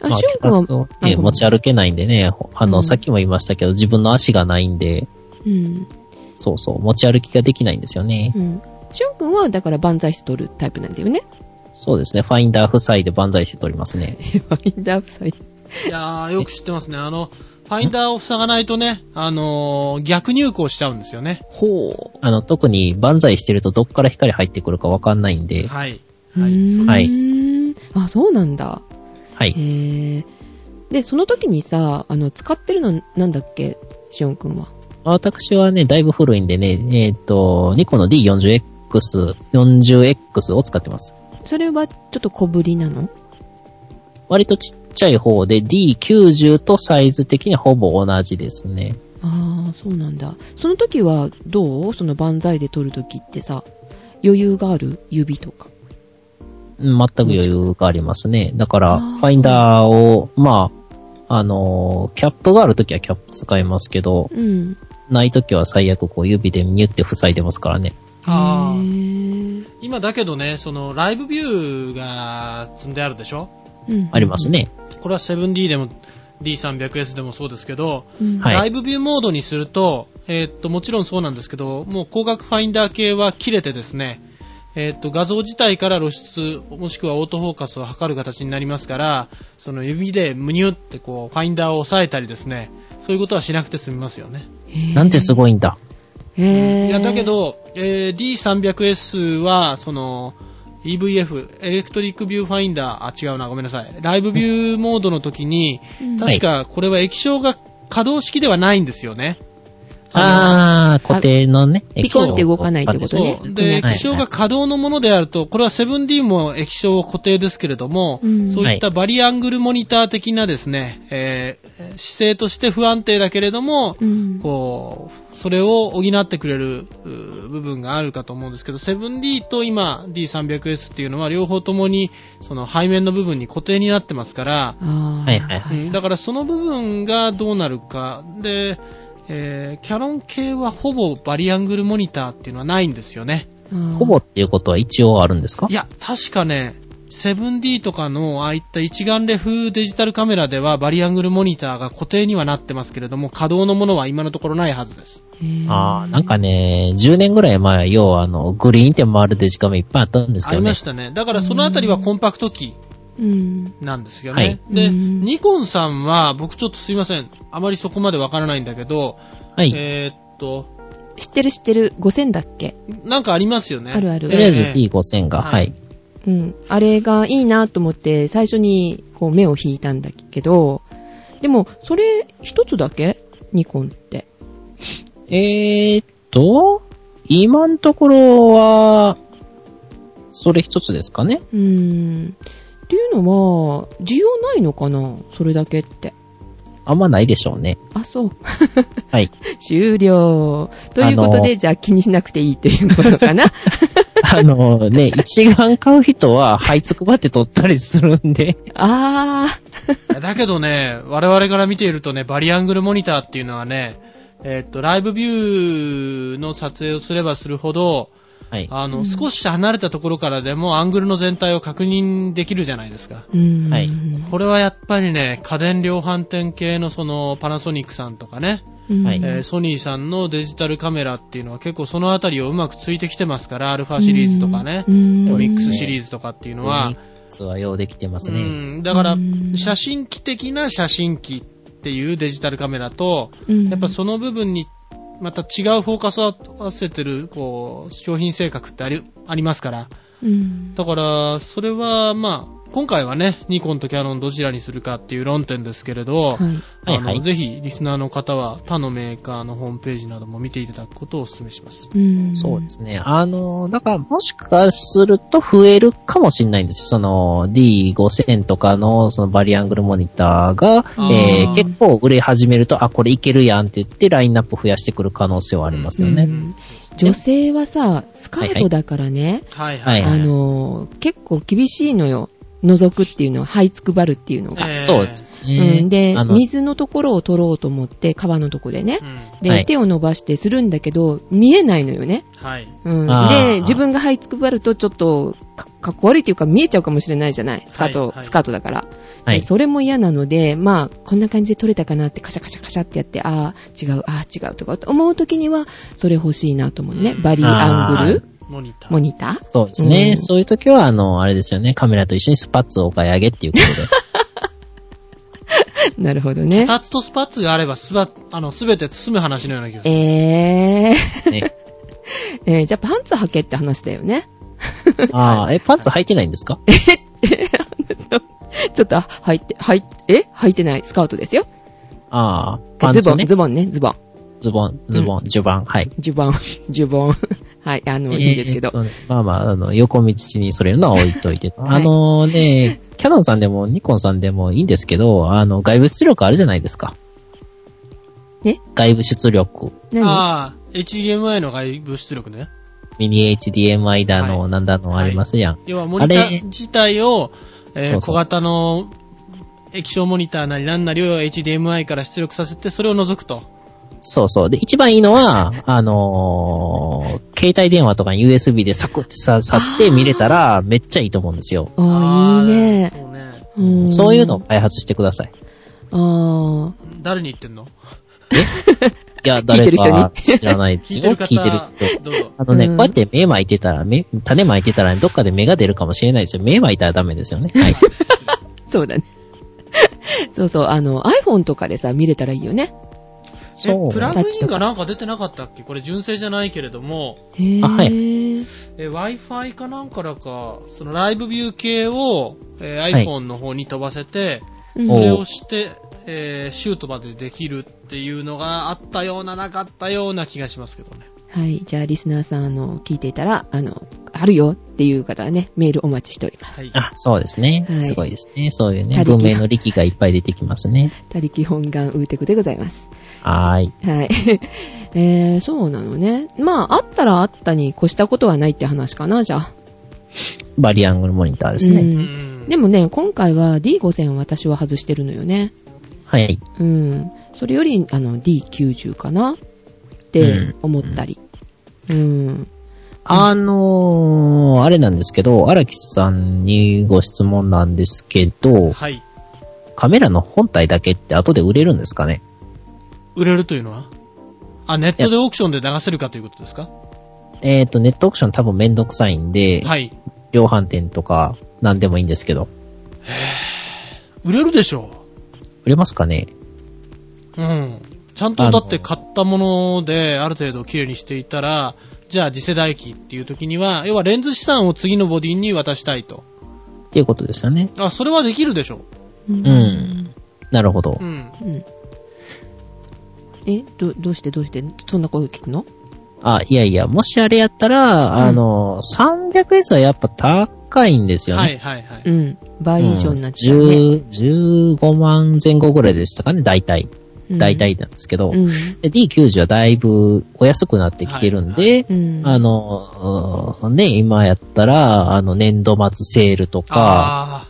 Speaker 1: あ、シュン君は、
Speaker 2: 脚立
Speaker 1: あ
Speaker 2: をね、
Speaker 1: ごめん
Speaker 2: 持ち歩けないんでね、ほあ
Speaker 1: う
Speaker 2: の、
Speaker 1: ん
Speaker 2: さっきも言いましたけど、自分の足がないんで、
Speaker 1: うん。
Speaker 2: そうそう、持ち歩きができないんですよね。
Speaker 1: うん。しゅんくんは、だから万歳して撮るタイプなんだ
Speaker 2: <laughs>
Speaker 1: よね。
Speaker 2: そうですね、ファインダー夫妻で万歳して撮りますね。
Speaker 1: ファインダー夫妻。
Speaker 3: いや
Speaker 1: <laughs>
Speaker 3: ー、よく知ってますね。あの、ファインダーを塞がないとね、あのー逆入光しちゃうんですよね。
Speaker 1: ほ
Speaker 2: あの、特に万歳してるとどっから光入ってくるかわかんないんで、
Speaker 3: はい。
Speaker 1: う。
Speaker 3: はい。
Speaker 1: うーん
Speaker 2: はい。
Speaker 1: あ、そうなんだ。
Speaker 2: は
Speaker 1: へ
Speaker 2: い。
Speaker 1: ーで、その時にさ、あの、使ってるの、なんだっけ、しゅんくんは。
Speaker 2: 私はね、だいぶ古いんでね、えっ、と、ニコの D40X、40X を使ってます。
Speaker 1: それは、ちょっと小ぶりなの
Speaker 2: 割とちっちゃい方で D90 とサイズ的にはほぼ同じですね。
Speaker 1: ああ、そうなんだ。その時はどうその万歳で撮る時ってさ、余裕がある指とか。
Speaker 2: うん全く余裕がありますね。だから、
Speaker 1: あ
Speaker 2: フ
Speaker 1: ー
Speaker 2: ァインダーを、まあ、あのーキャップがあるときはキャップ使いますけど、
Speaker 1: うん。
Speaker 2: ないときは最悪こう指でミュって塞いでますからね。
Speaker 3: あ
Speaker 1: へー
Speaker 3: ー今だけどね、そのライブビューが積んであるでしょ
Speaker 1: うん。
Speaker 2: ありますね。
Speaker 3: これは 7D でも D300S でもそうですけど、
Speaker 1: うん。
Speaker 2: はい
Speaker 3: ライブビューモードにすると、えーっと、もちろんそうなんですけど、もう光学ファインダー系は切れてですね、えーっと、画像自体から露出、もしくはオートフォーカスを測る形になりますから、その指でムニュってこう、ファインダーを押さえたりですね、そういうことはしなくて済みますよね。
Speaker 2: なんてす
Speaker 1: い。
Speaker 2: ごいんだ。
Speaker 1: へー
Speaker 3: いや、だけ、ど、えー D300S は、その、EVF、エレクトリックビューファインダー、あ、違うな、ごめんなさい。ライブビューモードの時に、
Speaker 1: うん
Speaker 3: 確かこれは液晶が可動式ではないんですよね。
Speaker 2: あー、固定のね、
Speaker 1: ピコンって動かないってこと
Speaker 3: そ
Speaker 1: ね
Speaker 3: う。
Speaker 1: は
Speaker 3: で、
Speaker 1: い
Speaker 3: 液晶が可動のものであると、これは 7D も液晶固定ですけれども、
Speaker 1: うん
Speaker 3: そういったバリアングルモニター的なですね、えー姿勢として不安定だけれども、
Speaker 1: うん。
Speaker 3: こう、それを補ってくれるうー部分があるかと思うんですけど、7D と今 D300S っていうのは両方ともに、その背面の部分に固定になってますから、
Speaker 1: あー
Speaker 2: はいはい
Speaker 3: うんだからその部分がどうなるか。で、えーキャノン系はほぼバリアングルモニターっていうのはないんですよね。
Speaker 1: あー
Speaker 2: ほぼっていうことは一応あるんですか
Speaker 3: いや、確かね、7D とかのああいった一眼レフデジタルカメラではバリアングルモニターが固定にはなってますけれども、可動のものは今のところないはずです。
Speaker 1: へー
Speaker 2: あー、なんかね、10年ぐらい前、要はあの、グリーンって回るデジカメいっぱいあったんです
Speaker 3: あ
Speaker 2: けど
Speaker 3: り
Speaker 2: ね
Speaker 3: ま。したね。だからそのあたりはコンパクト機
Speaker 1: うん。
Speaker 3: なんですよ
Speaker 2: は
Speaker 3: ね
Speaker 2: い。
Speaker 3: で、
Speaker 1: うん
Speaker 3: ニコンさんは、僕ちょっとすいません。あまりそこまでわからないんだけど、
Speaker 2: はい。
Speaker 3: えーっと、
Speaker 1: 知ってる知ってる。5000だっけ
Speaker 3: なんかありますよね。
Speaker 1: あるある
Speaker 2: とりあえず
Speaker 3: ええ
Speaker 2: P5000 が、
Speaker 3: は
Speaker 2: はいい。
Speaker 1: うん。あれがいいなと思って、最初にこう目を引いたんだけど、でも、それ一つだけニコンって。
Speaker 2: えーっと、今のところは、それ一つですかね。
Speaker 1: うーん。っていうのは、需要ないのかなそれだけって。
Speaker 2: あんまないでしょうね。
Speaker 1: あ、そう。 <laughs>
Speaker 2: はい。
Speaker 1: 終了。ということで、
Speaker 2: あの
Speaker 1: じゃあ気にしなくていいということか
Speaker 2: <laughs>
Speaker 1: な。
Speaker 2: あのね、一眼買う人は、はいつくばって撮ったりするんで、
Speaker 1: あ
Speaker 3: だけどね、我々から見ているとね、バリアングルモニターっていうのはね、えーっと、ライブビューの撮影をすればするほど、
Speaker 2: はい。
Speaker 3: あの、
Speaker 1: うん
Speaker 3: 少し離れたところからでもアングルの全体を確認できるじゃないですか。
Speaker 1: ー。うーん。
Speaker 2: はい
Speaker 3: これはやっぱりね、家電量販店系のそのパナソニックさんとかね、
Speaker 1: うん
Speaker 2: はい
Speaker 3: えーソニーさんのデジタルカメラっていうのは結構そのあたりをうまくついてきてますから、アルファシリーズとかね
Speaker 1: う、ん
Speaker 2: そ
Speaker 3: オ
Speaker 2: う
Speaker 3: ミ
Speaker 2: で
Speaker 3: ック
Speaker 2: す
Speaker 3: ス
Speaker 2: ね
Speaker 3: シリーズとかっていうのは、
Speaker 2: ツアー用できてます
Speaker 3: う
Speaker 2: ね。
Speaker 3: んだから
Speaker 1: うん
Speaker 3: 写真機的な写真機っていうデジタルカメラと、
Speaker 1: うん
Speaker 3: やっぱその部分にまた違うフォーカスを合わせてる、こう、商品性格ってありありますから、
Speaker 1: うん。
Speaker 3: だから、それは、まあ、今回はね、ニコンとキャノンどちらにするかっていう論点ですけれど、
Speaker 1: はい。
Speaker 2: はい
Speaker 3: あ
Speaker 2: は
Speaker 3: の
Speaker 2: い
Speaker 3: ぜひ、リスナーの方は他のメーカーのホームページなども見ていただくことをお勧めします。
Speaker 1: うん。
Speaker 2: そうですね。あの、だから、もしかすると増えるかもしれないんですよ。その、D5000 とかの、そのバリアングルモニターが、
Speaker 3: あー
Speaker 2: えー結構売れ始めると、あ、これいけるやんって言って、ラインナップ増やしてくる可能性はありますよ
Speaker 1: う
Speaker 2: ね。
Speaker 1: ん女性はさ、スカートだからね、
Speaker 3: はい
Speaker 2: はい
Speaker 1: あのー、結構厳しいのよ。覗くっていうのは、這いつくばるっていうのが。
Speaker 3: ええ
Speaker 2: そうです
Speaker 1: う
Speaker 2: ね。
Speaker 1: ん、で
Speaker 2: あ、の
Speaker 1: 水のところを取ろうと思って、川のとこでね
Speaker 3: う。ん
Speaker 1: で、
Speaker 2: はい
Speaker 1: 手を伸ばしてするんだけど、見えないのよね。
Speaker 3: はい。
Speaker 1: うん、
Speaker 2: あー
Speaker 1: で、自分が這いつくばると、ちょっとか、かっこ悪いっていうか、見えちゃうかもしれないじゃない。スカート、
Speaker 3: はいはい
Speaker 1: スカートだから。
Speaker 2: はい
Speaker 1: で。それも嫌なので、まあ、こんな感じで撮れたかなって、カシャカシャカシャってやって、ああ、違う、ああ、違うとか思うときには、それ欲しいなと思うね。
Speaker 3: うん
Speaker 1: バリアングル
Speaker 3: モニター。
Speaker 1: モニター
Speaker 2: そうですね。
Speaker 1: うん
Speaker 2: そういう時は、あの、あれですよね。カメラと一緒にスパッツをお買い上げっていうことで。
Speaker 1: <laughs> なるほどね。
Speaker 3: タツとスパッツがあれば、すば、あの、すべて進む話のような気がする。
Speaker 1: えー、 <laughs>
Speaker 2: ね
Speaker 1: えーじゃあパンツ履けって話だよね。 <laughs>
Speaker 2: ああ、え、パンツ履いてないんですか
Speaker 1: ちょっと、履いて、履いえ履いてないスカートですよ。
Speaker 2: ああ、パン
Speaker 1: ズ
Speaker 2: ツ
Speaker 1: ボ
Speaker 2: ね
Speaker 1: ン、。ズボンね、ズボン。
Speaker 2: ズボン、ズボン、序盤、はい。
Speaker 1: ジュボン、 <laughs> ジュボン。はい、あの、いいんですけ
Speaker 2: え
Speaker 1: ど。
Speaker 2: ーっとねまあまあ、あの、横道にそれるのは置いといて。
Speaker 1: <laughs> はい
Speaker 2: あのね、キャノンさんでもニコンさんでもいいんですけど、あの、外部出力あるじゃないですか。
Speaker 1: ね
Speaker 2: 外部出力、
Speaker 1: 何
Speaker 3: ああ、HDMI の外部出力ね。
Speaker 2: ミニ HDMI だの、
Speaker 3: はい
Speaker 2: なんだのありますやん。
Speaker 3: 要はモニタ
Speaker 2: あれ
Speaker 3: ー自体を、えー
Speaker 2: そうそう
Speaker 3: 小型の液晶モニターなりなんなりを HDMI から出力させて、それを除くと。
Speaker 2: そうそう。で、一番いいのは、あのー携帯電話とかに USB でサクってさ、さって見れたら、めっちゃいいと思うんですよ。
Speaker 1: ああ、いいね。
Speaker 3: そうね。
Speaker 1: ん
Speaker 2: そういうのを。開発してください。
Speaker 1: あ
Speaker 3: 誰に言ってんの
Speaker 1: <laughs>
Speaker 2: いや、
Speaker 1: 聞いて
Speaker 2: 誰
Speaker 1: る人に
Speaker 2: か知らないです
Speaker 3: 聞い
Speaker 2: よ。
Speaker 3: てる方、
Speaker 2: 聞いてる人。
Speaker 3: どう
Speaker 2: <laughs>
Speaker 3: ぞ。
Speaker 2: あのね、
Speaker 1: うん
Speaker 2: こうやって目巻いてたら、目、種巻いてたら、どっかで芽が出るかもしれないですよ。目巻いたらダメですよね。はい。
Speaker 1: あ、 <laughs> そうだね。そうそう、あの、iPhone とかでさ、見れたらいいよね。
Speaker 2: そう。
Speaker 3: え、プラグ
Speaker 1: タッ
Speaker 3: イ
Speaker 1: チ
Speaker 3: ン
Speaker 1: とか
Speaker 3: がなんか出てなかったっけこれ純正じゃないけれども、
Speaker 1: へぇー。。
Speaker 2: あはい
Speaker 3: え、Wi-Fi かなんかだか、そのライブビュー系を、えー
Speaker 2: はい
Speaker 3: iPhone の方に飛ばせて、
Speaker 1: うん
Speaker 3: そ
Speaker 2: お
Speaker 3: れをして、えーシュートまでできるっていうのがあったような、なかったような気がしますけどね。
Speaker 1: はい。じゃあ、リスナーさん、あの、聞いていたら、あの、あるよっていう方はね、メールお待ちしております。
Speaker 3: はい。
Speaker 2: あ、そうですね
Speaker 1: は。い
Speaker 2: すごいですね。そういうね、
Speaker 1: 他力
Speaker 2: 文明の力がいっぱい出てきますね。
Speaker 1: 他力本願ウーテクでございます。
Speaker 2: はーい。
Speaker 1: はい。 <laughs> えー、そうなのね。まあ、あったらあったに越したことはないって話かな、じゃあ。
Speaker 2: バリアングルモニターですね。
Speaker 1: うん
Speaker 3: ん
Speaker 1: でもね、今回は D5000 を私は外してるのよね。
Speaker 2: はい。
Speaker 1: うん。それより、あの、D90 かなって思ったり。うん。
Speaker 2: あのー、あれなんですけど、荒木さんにご質問なんですけど、
Speaker 3: はい。
Speaker 2: カメラの本体だけって後で売れるんですかね
Speaker 3: 売れるというのはあ、ネットでオークションで流せるかということですか
Speaker 2: えっ、と、ネットオークション多分めんどくさいんで、
Speaker 3: はい。
Speaker 2: 量販店とか何でもいいんですけど、
Speaker 3: 売れるでしょ
Speaker 2: 売れますかね
Speaker 3: う。うん。ちゃん
Speaker 2: あ
Speaker 3: と
Speaker 2: の
Speaker 3: だって買ったものである程度綺麗にしていたら、じゃあ次世代機っていう時には、要はレンズ資産を次のボディに渡したいと。
Speaker 2: っていうことですよね。
Speaker 3: あ、それはできるでしょ
Speaker 1: う
Speaker 2: う。ん。なるほど
Speaker 3: う。。うん。
Speaker 1: うんえど、どうしてどうしてそんなこと聞くの
Speaker 2: あ、いやいや、もしあれやったら、あの、300S はやっぱ高いんですよね。
Speaker 3: はいはいはい。
Speaker 1: うん。倍以上になっちゃう、ね。
Speaker 2: 10 15万前後ぐらいでしたかね、大体。大体なんですけど、
Speaker 1: うん。
Speaker 2: で D90 はだいぶお安くなってきてるんで、
Speaker 3: はい
Speaker 1: うん。
Speaker 2: あの、うんね、今やったら、あの、年度末セールとか、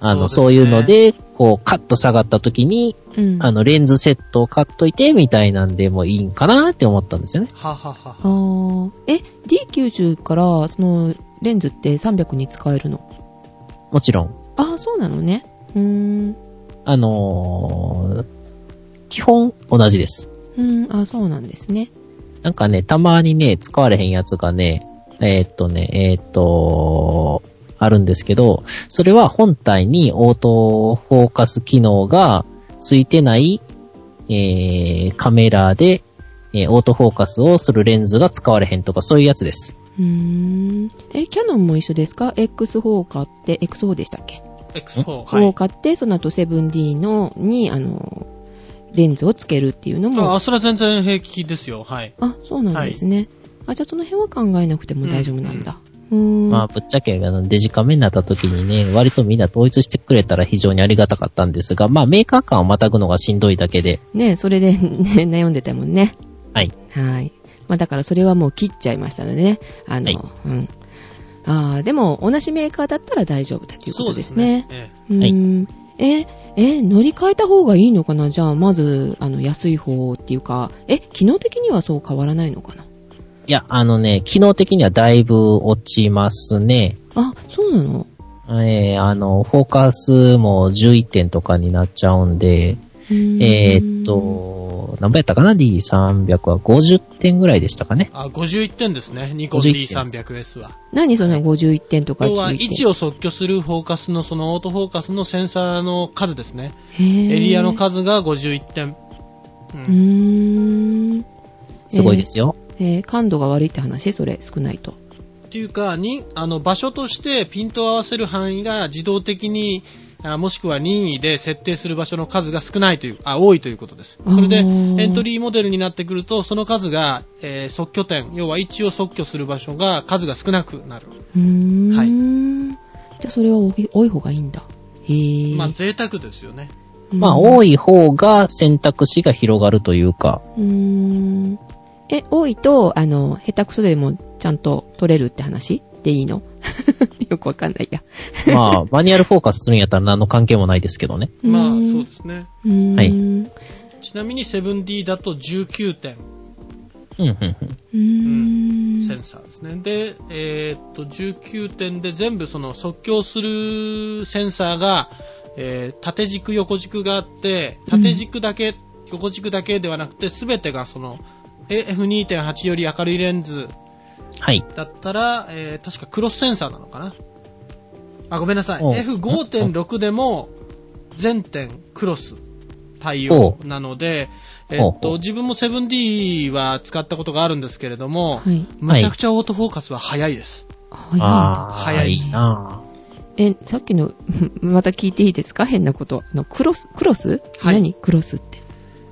Speaker 3: あ
Speaker 2: あの、
Speaker 3: そ
Speaker 2: そうう
Speaker 3: です
Speaker 2: い
Speaker 3: ね
Speaker 2: うので、こう、カット下がった時に、
Speaker 1: うん、
Speaker 2: あの、レンズセットを買っといて、みたいなんでもいいんかなって思ったんですよね。
Speaker 3: あ。ははは。
Speaker 1: あーえ、D90 から、その、レンズって300に使えるの
Speaker 2: もちろん。
Speaker 1: ああ、そうなのね。うーん。
Speaker 2: あのー基本同じです。
Speaker 1: うん、あそうなんですね。
Speaker 2: なんかね、たまにね、使われへんやつがね、えーっとね、えーっと、あるんですけど、それは本体にオートフォーカス機能がついてない、えー、カメラで、えーオートフォーカスをするレンズが使われへんとか、そういうやつです。
Speaker 1: うーん。え、キャノンも一緒ですか ?X4 を買って、X4 でしたっけ、
Speaker 3: X4。
Speaker 1: を。買って、その後 7D の、に、あの、レンズをつけるっていうのも。
Speaker 3: あ、それは全然平気ですよ。はい。
Speaker 1: あ、そうなんですね。あ、じゃあその辺は考えなくても大丈夫なんだ。うーん。
Speaker 2: まあ、ぶっちゃけ、あの、デジカメになった時にね、割とみんな統一してくれたら非常にありがたかったんですが、まあ、メーカー間をまたぐのがしんどいだけで、
Speaker 1: ねそれで、 <laughs> ね、悩んでたもんね。
Speaker 2: はい。
Speaker 1: はい。まあだからそれはもう切っちゃいましたのでね。あの、
Speaker 2: はい
Speaker 1: うん。ああ、でも同じメーカーだったら大丈夫だということですね。
Speaker 3: そうですね。え
Speaker 1: うーん。え、え、乗り換えた方がいいのかなじゃあ、まず、あの、安い方っていうか、え、機能的にはそう変わらないのかない
Speaker 2: や、あのね、機能的にはだいぶ落ちますね。
Speaker 1: あ、そうなの
Speaker 2: えーあの、フォーカスも11点とかになっちゃうんで、
Speaker 1: うーん
Speaker 2: えーっ、と、何倍やったかな ?D300 は50点ぐらいでしたかね。
Speaker 3: あ、51点ですね。ニコン
Speaker 2: 51点
Speaker 3: D300S は。
Speaker 1: 何その51点とか
Speaker 3: 要は
Speaker 1: 11
Speaker 3: 位
Speaker 1: 点
Speaker 3: 置を即挙するフォーカスの、そのオートフォーカスのセンサーの数ですね。
Speaker 1: へー
Speaker 3: エリアの数が51点。う
Speaker 1: うー
Speaker 3: ん。
Speaker 1: ん。
Speaker 2: すごいですよ。
Speaker 1: えー感度が悪いって話それ、少ないと。
Speaker 3: っていうか、に、あの、場所としてピントを合わせる範囲が自動的に、あもしくは任意で設定する場所の数が少ないという、あ、多いということです。それで、
Speaker 1: あ
Speaker 3: エ
Speaker 1: ー
Speaker 3: ントリーモデルになってくると、その数が、えー即拠点、要は位置を即拠する場所が、数が少なくなる。
Speaker 1: うーん。じゃあそれは多い多い方がいいんだ。へえ。
Speaker 3: まあ、贅沢ですよね。
Speaker 2: まあ、多い方が選択肢が広がるというか、
Speaker 1: うーん。え、多いと、あの、下手くそでもちゃんと取れるって話でいいの <laughs> よくわかんないや。
Speaker 2: まあ、マニュアルフォーカスするんやったら何の関係もないですけどね。
Speaker 3: まあ、そう
Speaker 1: す。
Speaker 3: ですね。
Speaker 1: うーん。
Speaker 2: はいう
Speaker 3: ちなみに 7D だと19点、
Speaker 2: うん、うん、うん。
Speaker 1: ーん。
Speaker 3: センサーですね。で、えーっと、19点で全部その即興するセンサーが、えー縦軸、横軸があって、縦軸だけ、横軸だけではなくて、すべてがその、F2.8 より明るいレンズ
Speaker 2: はい。
Speaker 3: だったら、えー確かクロスセンサーなのかな。あ、ごめんなさい。
Speaker 2: おう
Speaker 3: F5.6 でも、全点クロス対応なので、え
Speaker 2: おう
Speaker 3: っと、自分も 7D は使ったことがあるんですけれども、
Speaker 1: はい。
Speaker 3: むちゃくちゃオートフォーカスは早いです。
Speaker 1: は
Speaker 2: ああ、
Speaker 3: 早
Speaker 2: い
Speaker 3: い
Speaker 2: いなぁ
Speaker 1: い。え、さっきの、 <laughs> また聞いていいですか変なこと。あの、クロス、クロス、
Speaker 3: はい
Speaker 1: 何クロスって。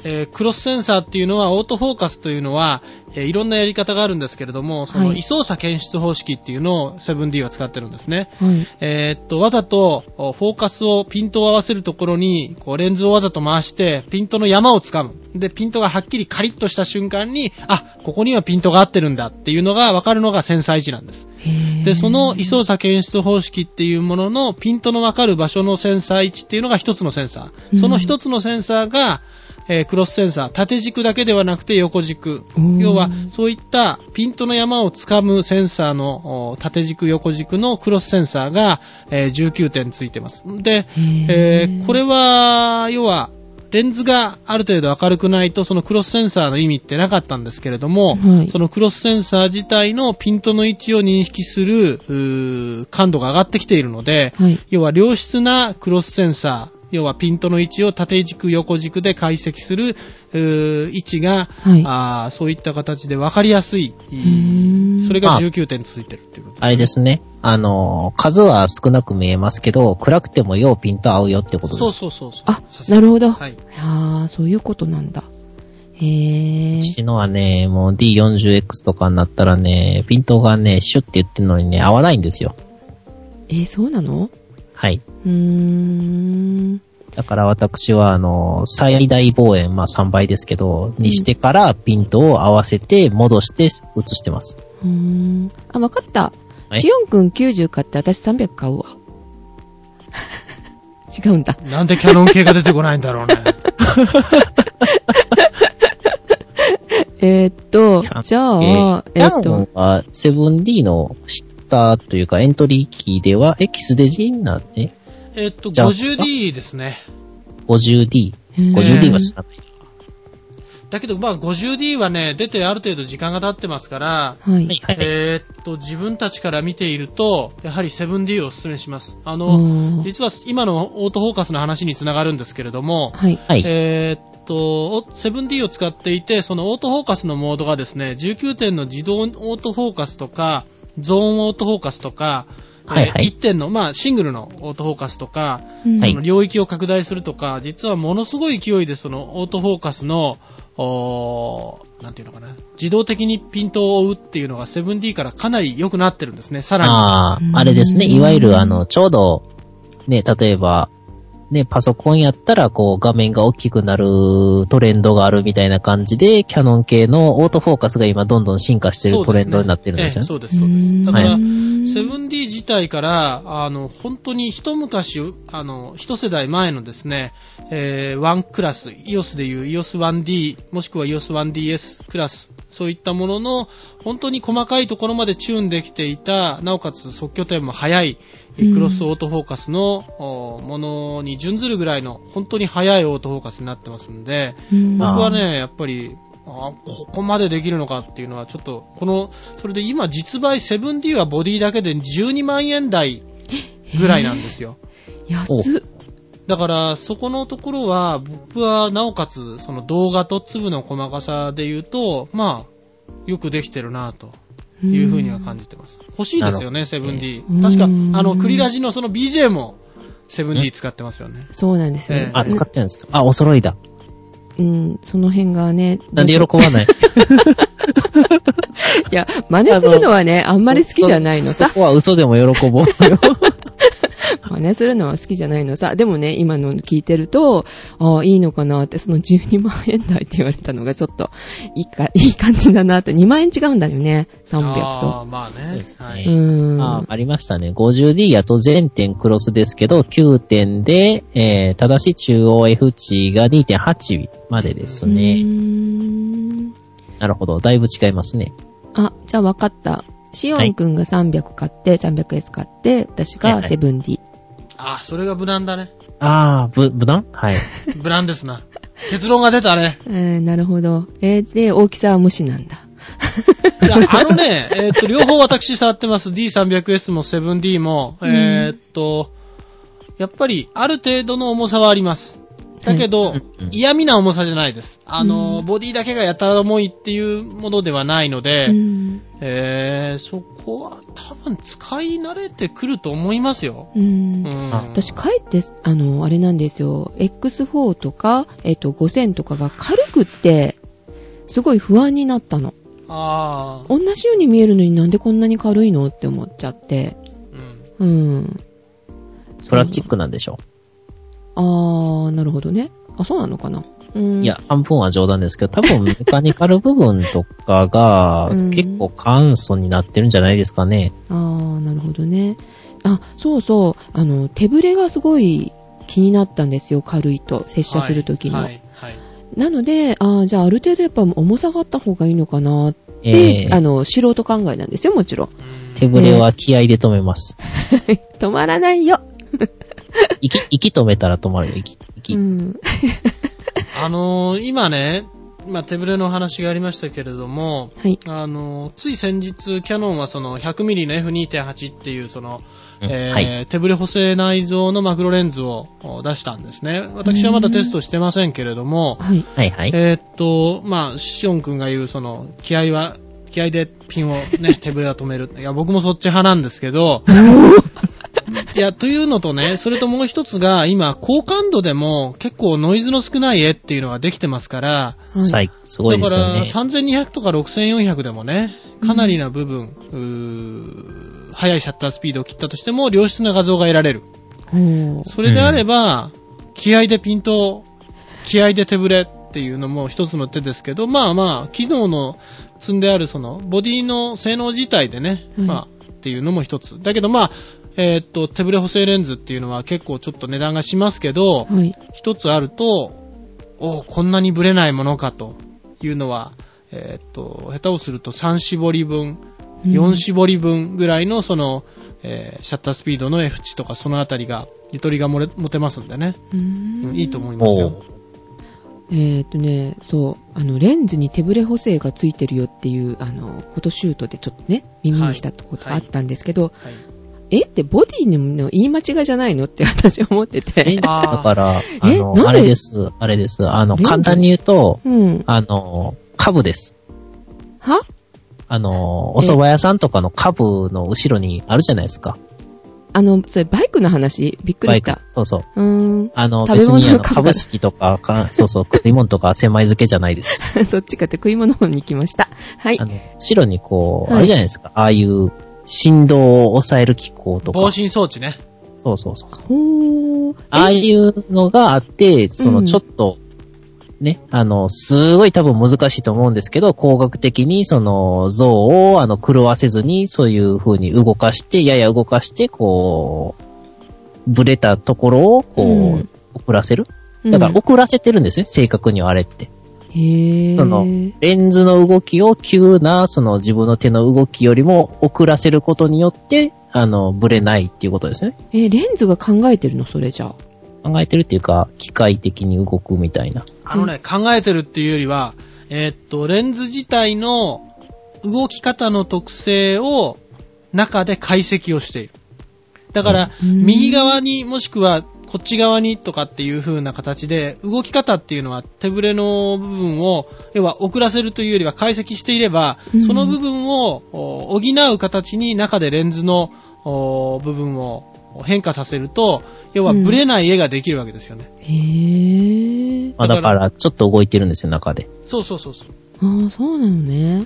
Speaker 3: えークロスセンサーっていうのは、オートフォーカスというのは、えーいろんなやり方があるんですけれども、その、
Speaker 1: はい
Speaker 3: 位相差検出方式っていうのを 7D は使ってるんですね。
Speaker 1: はい。
Speaker 3: えーっと、わざと、おフォーカスを、ピントを合わせるところに、こう、レンズをわざと回して、ピントの山をつかむ。で、ピントがはっきりカリッとした瞬間に、あ、ここにはピントが合ってるんだっていうのが分かるのがセンサー位置なんです。
Speaker 1: へー
Speaker 3: で、その位相差検出方式っていうもののピントのわかる場所のセンサー位置っていうのが一つのセンサ
Speaker 1: う
Speaker 3: ー。
Speaker 1: ん
Speaker 3: その一つのセンサーが、えークロスセンサー。縦軸だけではなくて横軸
Speaker 1: お。ー
Speaker 3: 要は、そういったピントの山をつかむセンサーのお縦軸横軸のクロスセンサーが、えー19点ついてます。で、えーこれは、要は、レンズがある程度明るくないと、そのクロスセンサーの意味ってなかったんですけれども、
Speaker 1: はい
Speaker 3: そのクロスセンサー自体のピントの位置を認識する、うー感度が上がってきているので、
Speaker 1: はい。
Speaker 3: 要は良質なクロスセンサー、要はピントの位置を縦軸、横軸で解析する、うー位置が、
Speaker 1: はい
Speaker 3: あーそういった形で分かりやすい。
Speaker 1: うーん
Speaker 3: それが19点続いてるっていうこと
Speaker 2: あれですね。あの、数は少なく見えますけど、暗くてもようピント合うよってことです。
Speaker 3: そうそうそうそう。
Speaker 1: あ
Speaker 3: さ、す
Speaker 1: な
Speaker 3: が
Speaker 1: るほど。
Speaker 3: はい。
Speaker 1: ああ、そういうことなんだ。へえ。
Speaker 2: うちのはね、もう D40X とかになったらね、ピントがね、シュッって言ってるのにね、合わないんですよ。
Speaker 1: えー、そうなの
Speaker 2: はい。
Speaker 1: うーん。
Speaker 2: だから私は、あの、最大望遠、まあ3倍ですけど、にしてからピントを合わせて、戻して、映してます。
Speaker 1: うーん。あ、わかった。
Speaker 2: はい
Speaker 1: シオンくん90買って私300買うわ。 <laughs> 違うんだ。
Speaker 3: なんでキャノン系が出てこないんだろうね。
Speaker 1: えー、っと、じゃあ、
Speaker 2: え
Speaker 1: えーっ
Speaker 2: ダウン
Speaker 1: と、
Speaker 2: は 7D の下というか、エントリーキーでは、X デジになって、
Speaker 3: <laughs> えっと、
Speaker 2: じゃあ
Speaker 3: 50D ですね。
Speaker 2: 50D。
Speaker 3: 50D
Speaker 2: 50D
Speaker 3: は
Speaker 2: は
Speaker 3: 知
Speaker 2: 知らない。
Speaker 3: だけど、まあ、50D はね、出てある程度時間が経ってますから、
Speaker 1: はい。
Speaker 2: はいはい。
Speaker 3: えーっと、自分たちから見ていると、やはり 7D をお勧めします。あ
Speaker 1: あ
Speaker 3: の、
Speaker 1: ー
Speaker 3: 実は今のオートフォーカスの話につながるんですけれども、
Speaker 1: はい。
Speaker 2: はい。
Speaker 3: えーっと、7D を使っていて、そのオートフォーカスのモードがですね、19点の自動オートフォーカスとか、ゾーンオートフォーカスとか、
Speaker 2: はいはい
Speaker 3: えー1点の、まあ、シングルのオートフォーカスとか、
Speaker 1: うん
Speaker 2: はい
Speaker 3: その領域を拡大するとか、実はものすごい勢いでそのオートフォーカスの、おーなんていうのかな、自動的にピントを追うっていうのが 7D からかなり良くなってるんですね、さらに。
Speaker 2: あ
Speaker 1: うん
Speaker 2: あ、あれですね。いわゆる、あの、ちょうど、ね、例えば、ね、パソコンやったら、こう、画面が大きくなるトレンドがあるみたいな感じで、キャノン系のオートフォーカスが今どんどん進化してるトレンドになってるんですよね。
Speaker 3: そうですね。ええそうです、そうです。だから、
Speaker 2: はい
Speaker 3: 7D 自体から、あの、本当に一昔、あの、一世代前のですね、えー、ワンクラス、EOS でいう EOS1D、もしくは EOS1DS クラス、そういったものの、本当に細かいところまでチューンできていた、なおかつ即拠点も早い、えークロスオートフォーカスの、おものに準ずるぐらいの、本当に早いオートフォーカスになってますんで、
Speaker 1: うん
Speaker 2: あ
Speaker 3: 僕はね、やっぱり、あここまでできるのかっていうのは、ちょっと、この、それで今実売 7D はボディだけで12万円台ぐらいなんですよ。
Speaker 1: 安っ。
Speaker 3: だから、そこのところは、僕は、なおかつ、その動画と粒の細かさで言うと、まあ、よくできてるなというふうには感じてます。欲しいですよね、
Speaker 1: うん
Speaker 3: 7D。確か、あの、クリラジのその BJ も 7D 使ってますよね。
Speaker 1: そうなんですよね
Speaker 3: ええ。
Speaker 2: あ、使ってるんですか。あ、お揃いだ。
Speaker 1: うん、その辺がね。
Speaker 2: なんで
Speaker 1: どうし
Speaker 2: 喜
Speaker 1: <laughs>
Speaker 2: ばない
Speaker 1: いや、真似するのはね、あんまり好きじゃないの
Speaker 2: そ
Speaker 1: さ
Speaker 2: そ。こは嘘でも喜ぼうよ。
Speaker 1: 真似するのは好きじゃないのさ。でもね、今の聞いてると、ああ、いいのかなって、その12万円台って言われたのがちょっと、いいか、いい感じだなって、2万円違うんだよね、300
Speaker 3: あ
Speaker 1: と。
Speaker 3: ーまあ
Speaker 2: そう
Speaker 3: ね
Speaker 2: です。ね
Speaker 3: は
Speaker 1: <laughs> う
Speaker 3: い。
Speaker 1: ーん。
Speaker 2: あありましたね。50D やと全点クロスですけど、9点で、えー、ただし中央 F 値が2.8までです
Speaker 1: う
Speaker 2: ね。
Speaker 1: ーん
Speaker 2: なるほど。だいぶ違いますね。
Speaker 1: あ、じゃあ分かった。シオンくんが300買って、300S 買って、私
Speaker 2: はい
Speaker 1: が
Speaker 2: はい
Speaker 1: セブンディ。
Speaker 3: あ、それが無難だね。
Speaker 2: ああ、ぶ、無難
Speaker 1: <laughs>
Speaker 2: はい。
Speaker 3: 無難ですな。結論が出たね。
Speaker 1: えー、なるほど。えー、で、大きさは無視
Speaker 2: <laughs>
Speaker 1: なんだ。
Speaker 3: いや、あのね、えーっと、両方私触ってます。D300S も 7D も、
Speaker 1: うん
Speaker 3: えーっと、やっぱり、ある程度の重さはあります。だけど、
Speaker 2: うん
Speaker 3: 嫌味な重さじゃないです。あの、
Speaker 1: うん
Speaker 3: ボディだけがやたら重いっていうものではないので、
Speaker 1: うん。
Speaker 3: えー、そこは多分使い慣れてくると思いますよ。
Speaker 1: うん
Speaker 3: う。ん、
Speaker 2: あ
Speaker 1: 私、かえって、あの、あれなんですよ。X4 とか、えっ、と、5000とかが軽くって、すごい不安になったの。
Speaker 3: あー、
Speaker 1: 同じように見えるのになんでこんなに軽いのって思っちゃって。
Speaker 3: うん。
Speaker 1: うん。
Speaker 2: プラスチックなんでしょ
Speaker 1: あー、なるほどね。あ、そうなのかな。うん。
Speaker 2: いや、半分は冗談ですけど、多分メカニカル部分とかが
Speaker 1: うん
Speaker 2: 結構簡素になってるんじゃないですかね。
Speaker 1: あー、なるほどね。あ、そうそう、あの、手ぶれがすごい気になったんですよ、軽いと、接
Speaker 3: 射
Speaker 1: 写するときの。
Speaker 3: はい、はい。
Speaker 1: なので、あーじゃあある程度やっぱ重さがあった方がいいのかなって、
Speaker 2: え
Speaker 1: あ
Speaker 2: ー、
Speaker 1: の、素人考えなんですよ、もちろん。
Speaker 3: うん
Speaker 2: 手ぶれは気合で止めます。
Speaker 1: 止まらないよ。
Speaker 2: 息、 <laughs> 息止めたら止まるよ。息、息。
Speaker 1: うん。
Speaker 3: あのー今ね、まあ、手ぶれの話がありましたけれども、
Speaker 1: はい。
Speaker 3: あのーつい先日、キャノンはその 100mm の F2.8 っていうその、
Speaker 2: うん
Speaker 3: えー
Speaker 2: はい。
Speaker 3: 手ぶれ補正内蔵のマクロレンズをお出したんですね。私はまだテストしてませんけれども、
Speaker 1: はい。
Speaker 2: はいはい。
Speaker 3: えーっと、まあ、シオン君が言うその、気合は、気合でピンを
Speaker 2: <laughs>
Speaker 3: ね、手ぶれは止める。いや、僕もそっち派なんですけど、いや、というのとね、それともう一つが、今、高感度でも結構ノイズの少ない絵っていうのができてますから、
Speaker 2: 最高。すごいで
Speaker 3: だ
Speaker 2: す
Speaker 3: か
Speaker 2: よ
Speaker 3: ら
Speaker 2: ね。
Speaker 3: 3200とか6400でもね、かなりな部分、うー速いシャッタースピードを切ったとしても、良質な画像が得られる。
Speaker 1: ほう
Speaker 3: それであれば、気合でピント、気合で手ぶれっていうのも一つの手ですけど、まあまあ、機能の積んであるその、ボディの性能自体でね、
Speaker 1: うん
Speaker 3: まあ、っていうのも一つ。だけどまあ、えーっと、手ぶれ補正レンズっていうのは結構ちょっと値段がしますけど、
Speaker 1: はい。
Speaker 3: 一つあると、おうこんなにブレないものかというのは、えーっと、下手をすると3絞り分、
Speaker 1: うん
Speaker 3: 4絞り分ぐらいのその、えーシャッタースピードの F 値とかそのあたりが、ゆとりがもれ持てますんでね、
Speaker 1: うーん
Speaker 3: いいと思います
Speaker 2: お
Speaker 3: よ
Speaker 2: う。
Speaker 1: えーっとね、そう、あの、レンズに手ブレ補正がついてるよっていう、あの、フォトシュートでちょっとね、耳にしたことがあったんですけど、
Speaker 3: はい
Speaker 1: えってボディの言い間違いじゃないのって私は思ってて。
Speaker 2: だから、あ
Speaker 1: えなん
Speaker 2: の、
Speaker 1: で
Speaker 2: あれです、あれです。あの、
Speaker 1: レンズ
Speaker 2: 簡単に言うと、
Speaker 1: うん。
Speaker 2: あの、株です。
Speaker 1: は
Speaker 2: あの、お蕎麦屋さんとかの株の後ろにあるじゃないですか。
Speaker 1: あの、それバイクの話、びっくりし
Speaker 2: バ
Speaker 1: た
Speaker 2: イ。クそうそう。
Speaker 1: うーん。 <laughs>
Speaker 2: あの、
Speaker 1: 食べ
Speaker 2: 別
Speaker 1: 物
Speaker 2: にあの
Speaker 1: の株
Speaker 2: 株式とかか、そ
Speaker 1: <laughs>
Speaker 2: うそう、食い物とか狭い付けじゃないです。
Speaker 1: そっちかって食い物の方に行きました。はい
Speaker 2: あ。の、後ろにこう、
Speaker 1: はい
Speaker 2: あれじゃないですか。ああいう振動を抑える機構と
Speaker 3: 防
Speaker 2: か。
Speaker 3: 振装置ね。
Speaker 2: そうそうそう。
Speaker 1: ほー。
Speaker 2: ああいうのがあって、そのちょっと、ね、あの、すごい多分難しいと思うんですけど、工学的にその像をあの狂わせずに、そういう風に動かして、やや動かして、こう、ブレたところを、こう、
Speaker 1: うん
Speaker 2: 遅らせる。
Speaker 1: え
Speaker 2: だから遅らせてるんですね、正確にはあれって。
Speaker 1: へー。
Speaker 2: そのレンズの動きを急な、その自分の手の動きよりも遅らせることによって、あの、ブレないっていうことですね。
Speaker 1: え、レンズが考えてるのそれじゃあ。
Speaker 2: 考えてるっていうか、機械的に動くみたいな。
Speaker 3: あのね、考えてるっていうよりは、えーっと、レンズ自体の動き方の特性を中で解析をしている。だから、
Speaker 1: うん
Speaker 3: 右側にもしくはこっち側にとかっていう風な形で、動き方っていうのは手ぶれの部分を、要は遅らせるというよりは解析していれば
Speaker 1: う、ん
Speaker 3: その部分をお補う形に中でレンズのお部分を変化させると、要はブレない絵ができるわけですよね。
Speaker 1: へー。
Speaker 2: まあ
Speaker 3: だ
Speaker 2: だ
Speaker 3: か
Speaker 2: から、ちょっと動いてるんですよ、中で。
Speaker 3: そうそうそうそう。
Speaker 1: ああ、そうなのね。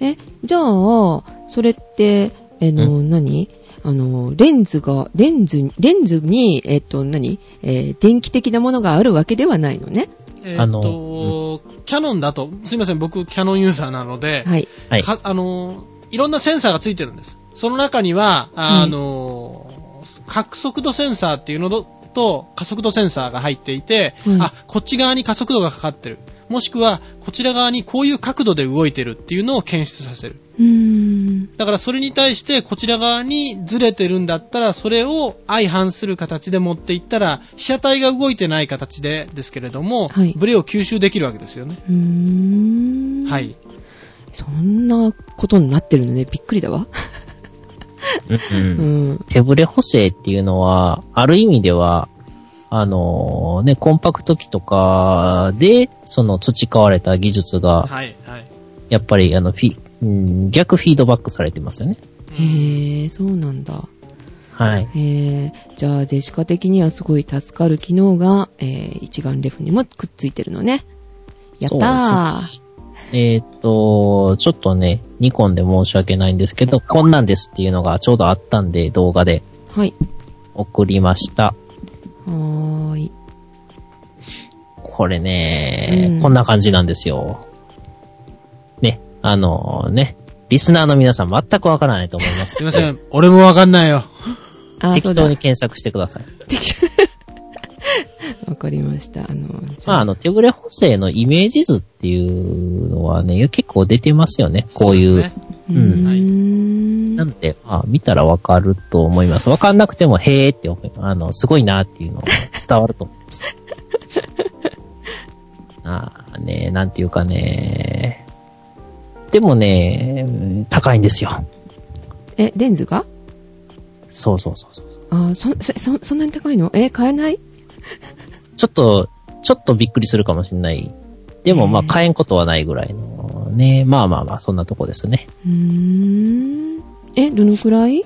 Speaker 1: え、じゃあ、それって、えの、何あの、レンズが、レンズ、レンズに、えっと、何えー電気的なものがあるわけではないのね。
Speaker 3: え
Speaker 2: あ
Speaker 3: ーっ
Speaker 2: の
Speaker 3: と、キャノンだと、すいません、僕、キャノンユーザーなので、
Speaker 1: はい。
Speaker 2: はい。
Speaker 3: かあのーいろんなセンサーがついてるんです。その中には、あのー角速度センサーっていうのと、加速度センサーが入っていて、
Speaker 1: はい
Speaker 3: あ、こっち側に加速度がかかってる。もしくは、こちら側にこういう角度で動いてるっていうのを検出させる。
Speaker 1: うーん。
Speaker 3: だからそれに対して、こちら側にずれてるんだったら、それを相反する形で持っていったら、被写体が動いてない形でですけれども、
Speaker 1: はい
Speaker 3: ブレを吸収できるわけですよね。
Speaker 1: うーん。
Speaker 3: はい。
Speaker 1: そんなことになってるのね。びっくりだわ。
Speaker 2: うん
Speaker 1: う
Speaker 2: うん
Speaker 1: ん。
Speaker 2: 手ブレ補正っていうのは、ある意味では、あのね、コンパクト機とかで、その培われた技術が、
Speaker 3: はい。はい。
Speaker 2: やっぱり、あの、フィ、うん、逆フィードバックされてますよね。
Speaker 1: へえ、そうなんだ。
Speaker 2: はい。
Speaker 1: えー、じゃあ、ジェシカ的にはすごい助かる機能が、えー、一眼レフにもくっついてるのね。やったー。
Speaker 2: えーっと、ちょっとね、ニコンで申し訳ないんですけど、こんなんですっていうのがちょうどあったんで、動画で
Speaker 1: はい。
Speaker 2: 送りました。
Speaker 1: はーい。
Speaker 2: これね、
Speaker 1: うん
Speaker 2: こんな感じなんですよ。ね、あのね、リスナーの皆さん全くわからないと思います
Speaker 3: すいません。俺もわかんないよ。
Speaker 1: あー、そ
Speaker 2: 適
Speaker 1: うだ
Speaker 2: 当に。検索してください。
Speaker 1: わかりました。あの、じ
Speaker 2: まあ、
Speaker 1: ゃ
Speaker 2: あの、手ブレ補正のイメージ図っていうのはね、結構出てますよね。こういう。
Speaker 3: そですね
Speaker 1: う
Speaker 2: うん
Speaker 3: はい
Speaker 1: ーん
Speaker 2: なんで、まあ、見たらわかると思います。わかんなくても、へーって思いあの、すごいなっていうのが <laughs> 伝わると思います。 <laughs> ああね、なんていうかね、でもね、うん高いんですよ。
Speaker 1: え、レンズが
Speaker 2: そうそうそうそう。
Speaker 1: あーそ、そ、そそんなに高いのえー買えない
Speaker 2: ちょっと、ちょっとびっくりするかもしれない。でも、まあ、
Speaker 1: うん
Speaker 2: 買えんことはないぐらいのね、まあまあまあ、そんなとこですね。
Speaker 1: うーん。え、どのくらい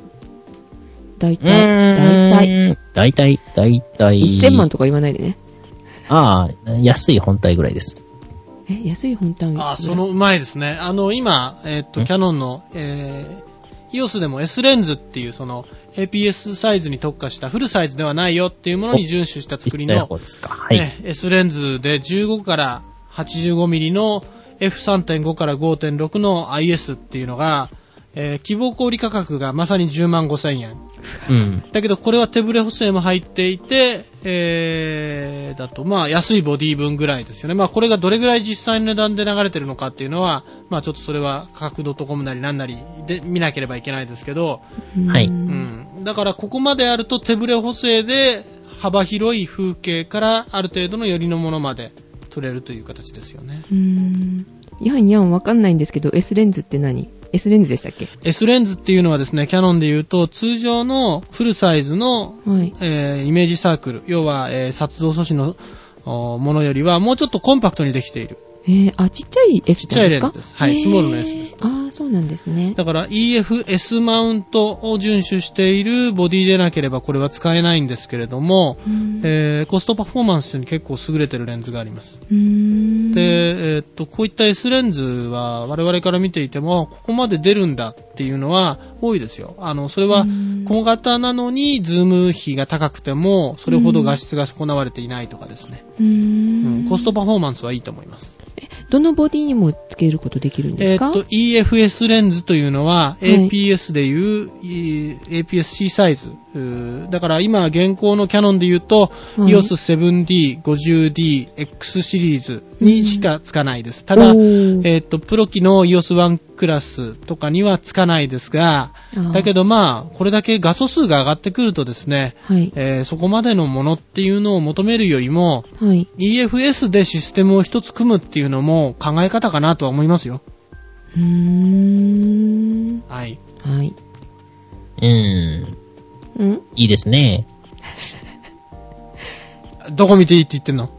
Speaker 1: だいたい、だいたい。
Speaker 2: 大体。大体、大体。
Speaker 1: 1000万とか言わないでね。
Speaker 2: ああ、安い本体ぐらいです。
Speaker 1: え、安い本単位。
Speaker 3: あ、その、うまいですね。あの、今、えーっと、
Speaker 2: ん
Speaker 3: キャノンの、えー、EOS でも S レンズっていう、その、APS サイズに特化したフルサイズではないよっていうものに遵守した作り
Speaker 2: ちっちゃい
Speaker 3: の、
Speaker 2: 方ですか。はい。
Speaker 3: ね S レンズで15から85ミリの F3.5 から5.6の IS っていうのが、えー希望小売価格がまさに10万5千円。
Speaker 2: うん。
Speaker 3: だけどこれは手ブレ補正も入っていて、えー、だとまあ安いボディ分ぐらいですよね。まあこれがどれぐらい実際の値段で流れてるのかっていうのは、まあちょっとそれは価格 .com なりなんなりで見なければいけないですけど、
Speaker 1: うん
Speaker 2: はいう
Speaker 3: うんん。だからここまであると手ブレ補正で幅広い風景からある程度の寄りのものまで取れるという形ですよね。
Speaker 1: うーん。やんやんわかんないんですけど、S レンズって何 ?S レンズでしたっけ
Speaker 3: S レンズっていうのはですね、キャノンで言うと通常のフルサイズの
Speaker 1: はい。
Speaker 3: えーイメージサークル、要は、えー、撮像素子のおものよりは、もうちょっとコンパクトにできている。
Speaker 1: えー、あ、ちっちゃい S なんですか
Speaker 3: ちっちゃいレンズですはいスモールの S です。
Speaker 1: へーあー、そうなんですね。
Speaker 3: だから EFS マウントを遵守しているボディでなければこれは使えないんですけれども、
Speaker 1: うん
Speaker 3: えーコストパフォーマンスに結構優れてるレンズがあります。
Speaker 1: うーん
Speaker 3: で、えーっと、こういった S レンズは我々から見ていても、ここまで出るんだっていうのは多いですよ。あの、それは
Speaker 1: うん
Speaker 3: 小型なのにズーム比が高くても、それほど画質が損なわれていないとかですね。
Speaker 1: うー
Speaker 3: うん
Speaker 1: ん
Speaker 3: コストパフォーマンスはいいと思います。
Speaker 1: どのボディにもつけることできるんです
Speaker 3: えー
Speaker 1: か
Speaker 3: っと、EFS レンズというのは、
Speaker 1: い
Speaker 3: APS でいう、い APS-C サイズ。うーだから今、現行のキャノンで言う
Speaker 1: は
Speaker 3: と、
Speaker 1: い
Speaker 3: EOS 7D、50D、X シリーズにしかつかないです。ただ、
Speaker 1: お
Speaker 3: え
Speaker 1: ー
Speaker 3: ーっと、プロ機の EOS1 クラスとかにはつかないです
Speaker 1: あ
Speaker 3: が、
Speaker 1: ー
Speaker 3: だけどまあ、これだけ画素数が上がってくるとですね、
Speaker 1: はい。
Speaker 3: えーそこまでのものっていうのを求めるよりも、
Speaker 1: はい。
Speaker 3: EFS でシステムを一つ組むっていうのも考え方かなとは思いますよ。
Speaker 1: うーん。
Speaker 3: はい。
Speaker 1: はい。
Speaker 2: うん。
Speaker 1: うん
Speaker 2: いいですね。
Speaker 3: どこ見ていいって言ってんの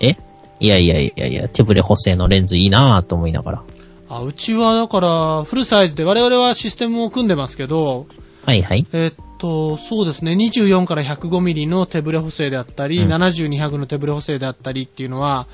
Speaker 2: えいやいやいやいや、手ブレ補正のレンズいいなぁと思いながら。
Speaker 3: あ、うちはだから、フルサイズで我々はシステムを組んでますけど、
Speaker 2: はいはい。
Speaker 3: えっと、そうですね、24から105ミリの手ブレ補正であったり、
Speaker 2: うん
Speaker 3: 70、200の手ブレ補正であったりっていうのは、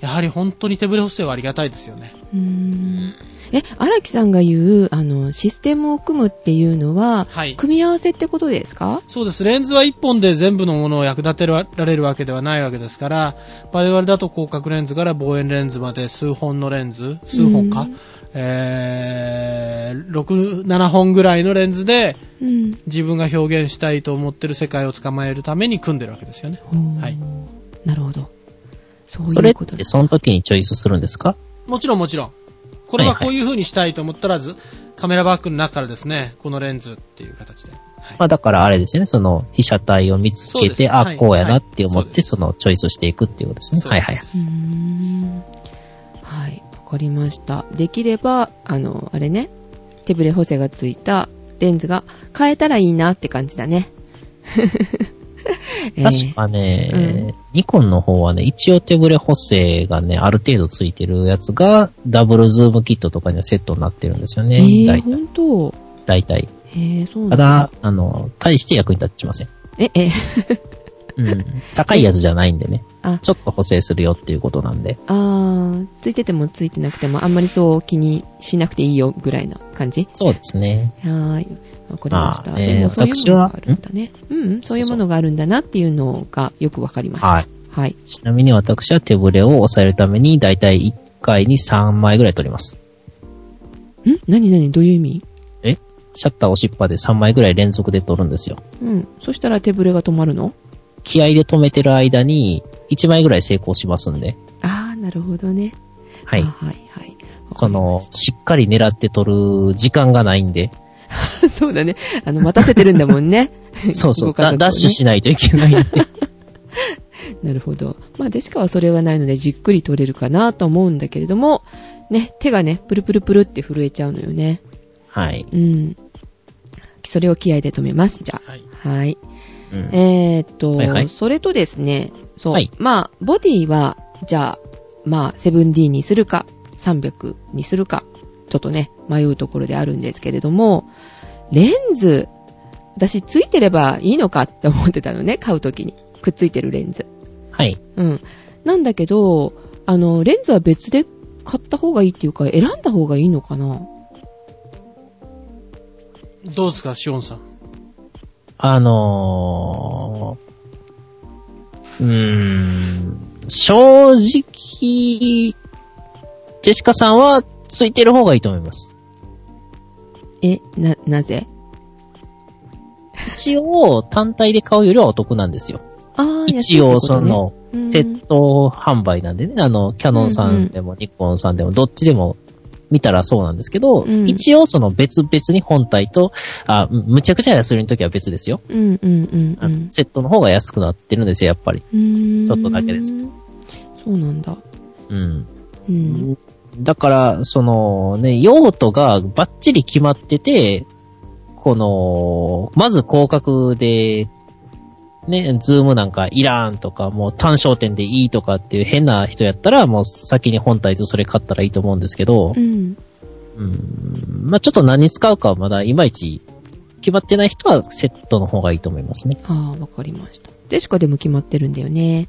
Speaker 3: やはり本当に手ぶれ補正はありがたいですよね。
Speaker 1: うーんえ、荒木さんが言う、あの、システムを組むっていうのは、
Speaker 3: はい。
Speaker 1: 組み合わせってことですか
Speaker 3: そうです。レンズは1本で全部のものを役立てられるわけではないわけですから、我々だと広角レンズから望遠レンズまで数本のレンズ、数本か、
Speaker 1: うん
Speaker 3: えー、6、7本ぐらいのレンズで
Speaker 1: うん。
Speaker 3: 自分が表現したいと思ってる世界を捕まえるために組んでるわけですよね。
Speaker 1: は
Speaker 3: はい。
Speaker 1: なるほど。そう
Speaker 2: そ
Speaker 1: い
Speaker 2: れ
Speaker 1: う
Speaker 2: っ
Speaker 1: こと
Speaker 2: てその時にチョイスするんですか
Speaker 3: もちろんもちろん。これは
Speaker 2: はいはい
Speaker 3: こういう風にしたいと思ったらず、カメラバッグの中からですね、このレンズっていう形で。はい
Speaker 2: まあだからあれですよね、その被写体を見つ
Speaker 3: そう
Speaker 2: け
Speaker 3: です
Speaker 2: て、
Speaker 3: は
Speaker 2: あ、
Speaker 3: い
Speaker 2: こうやなって思
Speaker 3: は
Speaker 2: っ
Speaker 3: いそうで
Speaker 2: て、
Speaker 3: す
Speaker 2: そのチョイスをしていくっていうことですね。はいは
Speaker 3: そう
Speaker 2: い
Speaker 3: で。す
Speaker 1: うーんはい、わかりました。できれば、あの、あれね、手ブレ補正がついたレンズが変えたらいいなって感じだ
Speaker 2: <laughs>
Speaker 1: ね。えー
Speaker 2: 確かね、
Speaker 1: うん
Speaker 2: ニコンの方はね、一応手ブレ補正がね、ある程度ついてるやつが、ダブルズームキットとかにはセットになってるんですよ
Speaker 1: え
Speaker 2: ね。
Speaker 1: ー、
Speaker 2: 大
Speaker 1: ほ
Speaker 2: 体
Speaker 1: んと
Speaker 2: 大体。
Speaker 1: えー、そうな
Speaker 2: た
Speaker 1: んだ。
Speaker 2: だ、あの、大して役に立ちません。
Speaker 1: え、え、 <laughs>
Speaker 2: うん。高いやつじゃないんでね。
Speaker 1: あ、
Speaker 2: ちょっと補正するよっていうことなんで。
Speaker 1: あー、ついててもついてなくても、あんまりそう気にしなくていいよぐらいな感じ
Speaker 2: そうですね。
Speaker 1: はーい。わかりました。
Speaker 2: まあね
Speaker 1: でもそういう
Speaker 2: 私
Speaker 1: もの
Speaker 2: は
Speaker 1: があるんだね。うんうん、そういうものがあるんだなっていうのがよくわかりました。
Speaker 2: はい。
Speaker 1: はい。
Speaker 2: ちなみに私は手ブレを抑えるために、大体1回に3枚ぐらい取ります。
Speaker 1: ん何何どういう意味
Speaker 2: えシャッター押しっぱで3枚ぐらい連続で取るんですよ。
Speaker 1: うん。そしたら手ぶれが止まるの
Speaker 2: 気合で止めてる間に、1枚ぐらい成功しますんで。
Speaker 1: ああ、なるほどね。
Speaker 2: はい
Speaker 1: あ。はい、はい。
Speaker 2: その、しっかり狙って取る時間がないんで。。
Speaker 1: <laughs> そうだね。あの、待たせてるんだもんね
Speaker 2: <laughs> そうそう、
Speaker 1: ご家族を
Speaker 2: ダ
Speaker 1: ね
Speaker 2: ダッシュしないといけないんで。
Speaker 1: なるほど。まあ、デシカはそれがないので、じっくり取れるかなと思うんだけれども、ね、手がね、プルプルプルって震えちゃうのよね。
Speaker 2: はい。
Speaker 1: うん。それを気合で止めます。じゃ
Speaker 3: はい。
Speaker 1: あ。はい。
Speaker 2: うん
Speaker 1: えーっと、
Speaker 2: はいはい
Speaker 1: それとですね、そう、
Speaker 2: はい
Speaker 1: まあ、ボディは、じゃあ、まあ、7D にするか、300にするか、ちょっとね、迷うところであるんですけれども、レンズ、私、ついてればいいのかって思ってたのね、買うときに。くっついてるレンズ。
Speaker 2: はい。
Speaker 1: うん。なんだけど、あの、レンズは別で買った方がいいっていうか、選んだ方がいいのかな
Speaker 3: どうですか、シオンさん。
Speaker 2: あのー、うーん、正直、ジェシカさんはついてる方がいいと思います。
Speaker 1: え、な、なぜ
Speaker 2: 一応、単体で買うよりはお得なんですよ。
Speaker 1: あー
Speaker 2: 一応、そ、の、
Speaker 1: 安
Speaker 2: セ
Speaker 1: いってことね
Speaker 2: ット販売なんでね、あの、キャノンさんでも、ニコンさんでも、どっちでも見たらそうなんですけど、
Speaker 1: うん
Speaker 2: 一応その別々に本体と、あ、むちゃくちゃ安売りの時は別ですよ。
Speaker 1: うん、うん、うん、うん。
Speaker 2: セットの方が安くなってるんですよ、やっぱり。
Speaker 1: うーん
Speaker 2: ちょっとだけですけ
Speaker 1: そうなんだ。
Speaker 2: うん。
Speaker 1: うん。
Speaker 2: だから、そのね、用途がバッチリ決まってて、この、まず広角で、ね、ズームなんかいらんとか、もう単焦点でいいとかっていう変な人やったら、もう先に本体とそれ買ったらいいと思うんですけど
Speaker 1: う、ん。
Speaker 2: うん、まあちょっと何に使うかはまだいまいち決まってない人はセットの方がいいと思いますね。
Speaker 1: ああ、わかりました。でしかでも決まってるんだよね。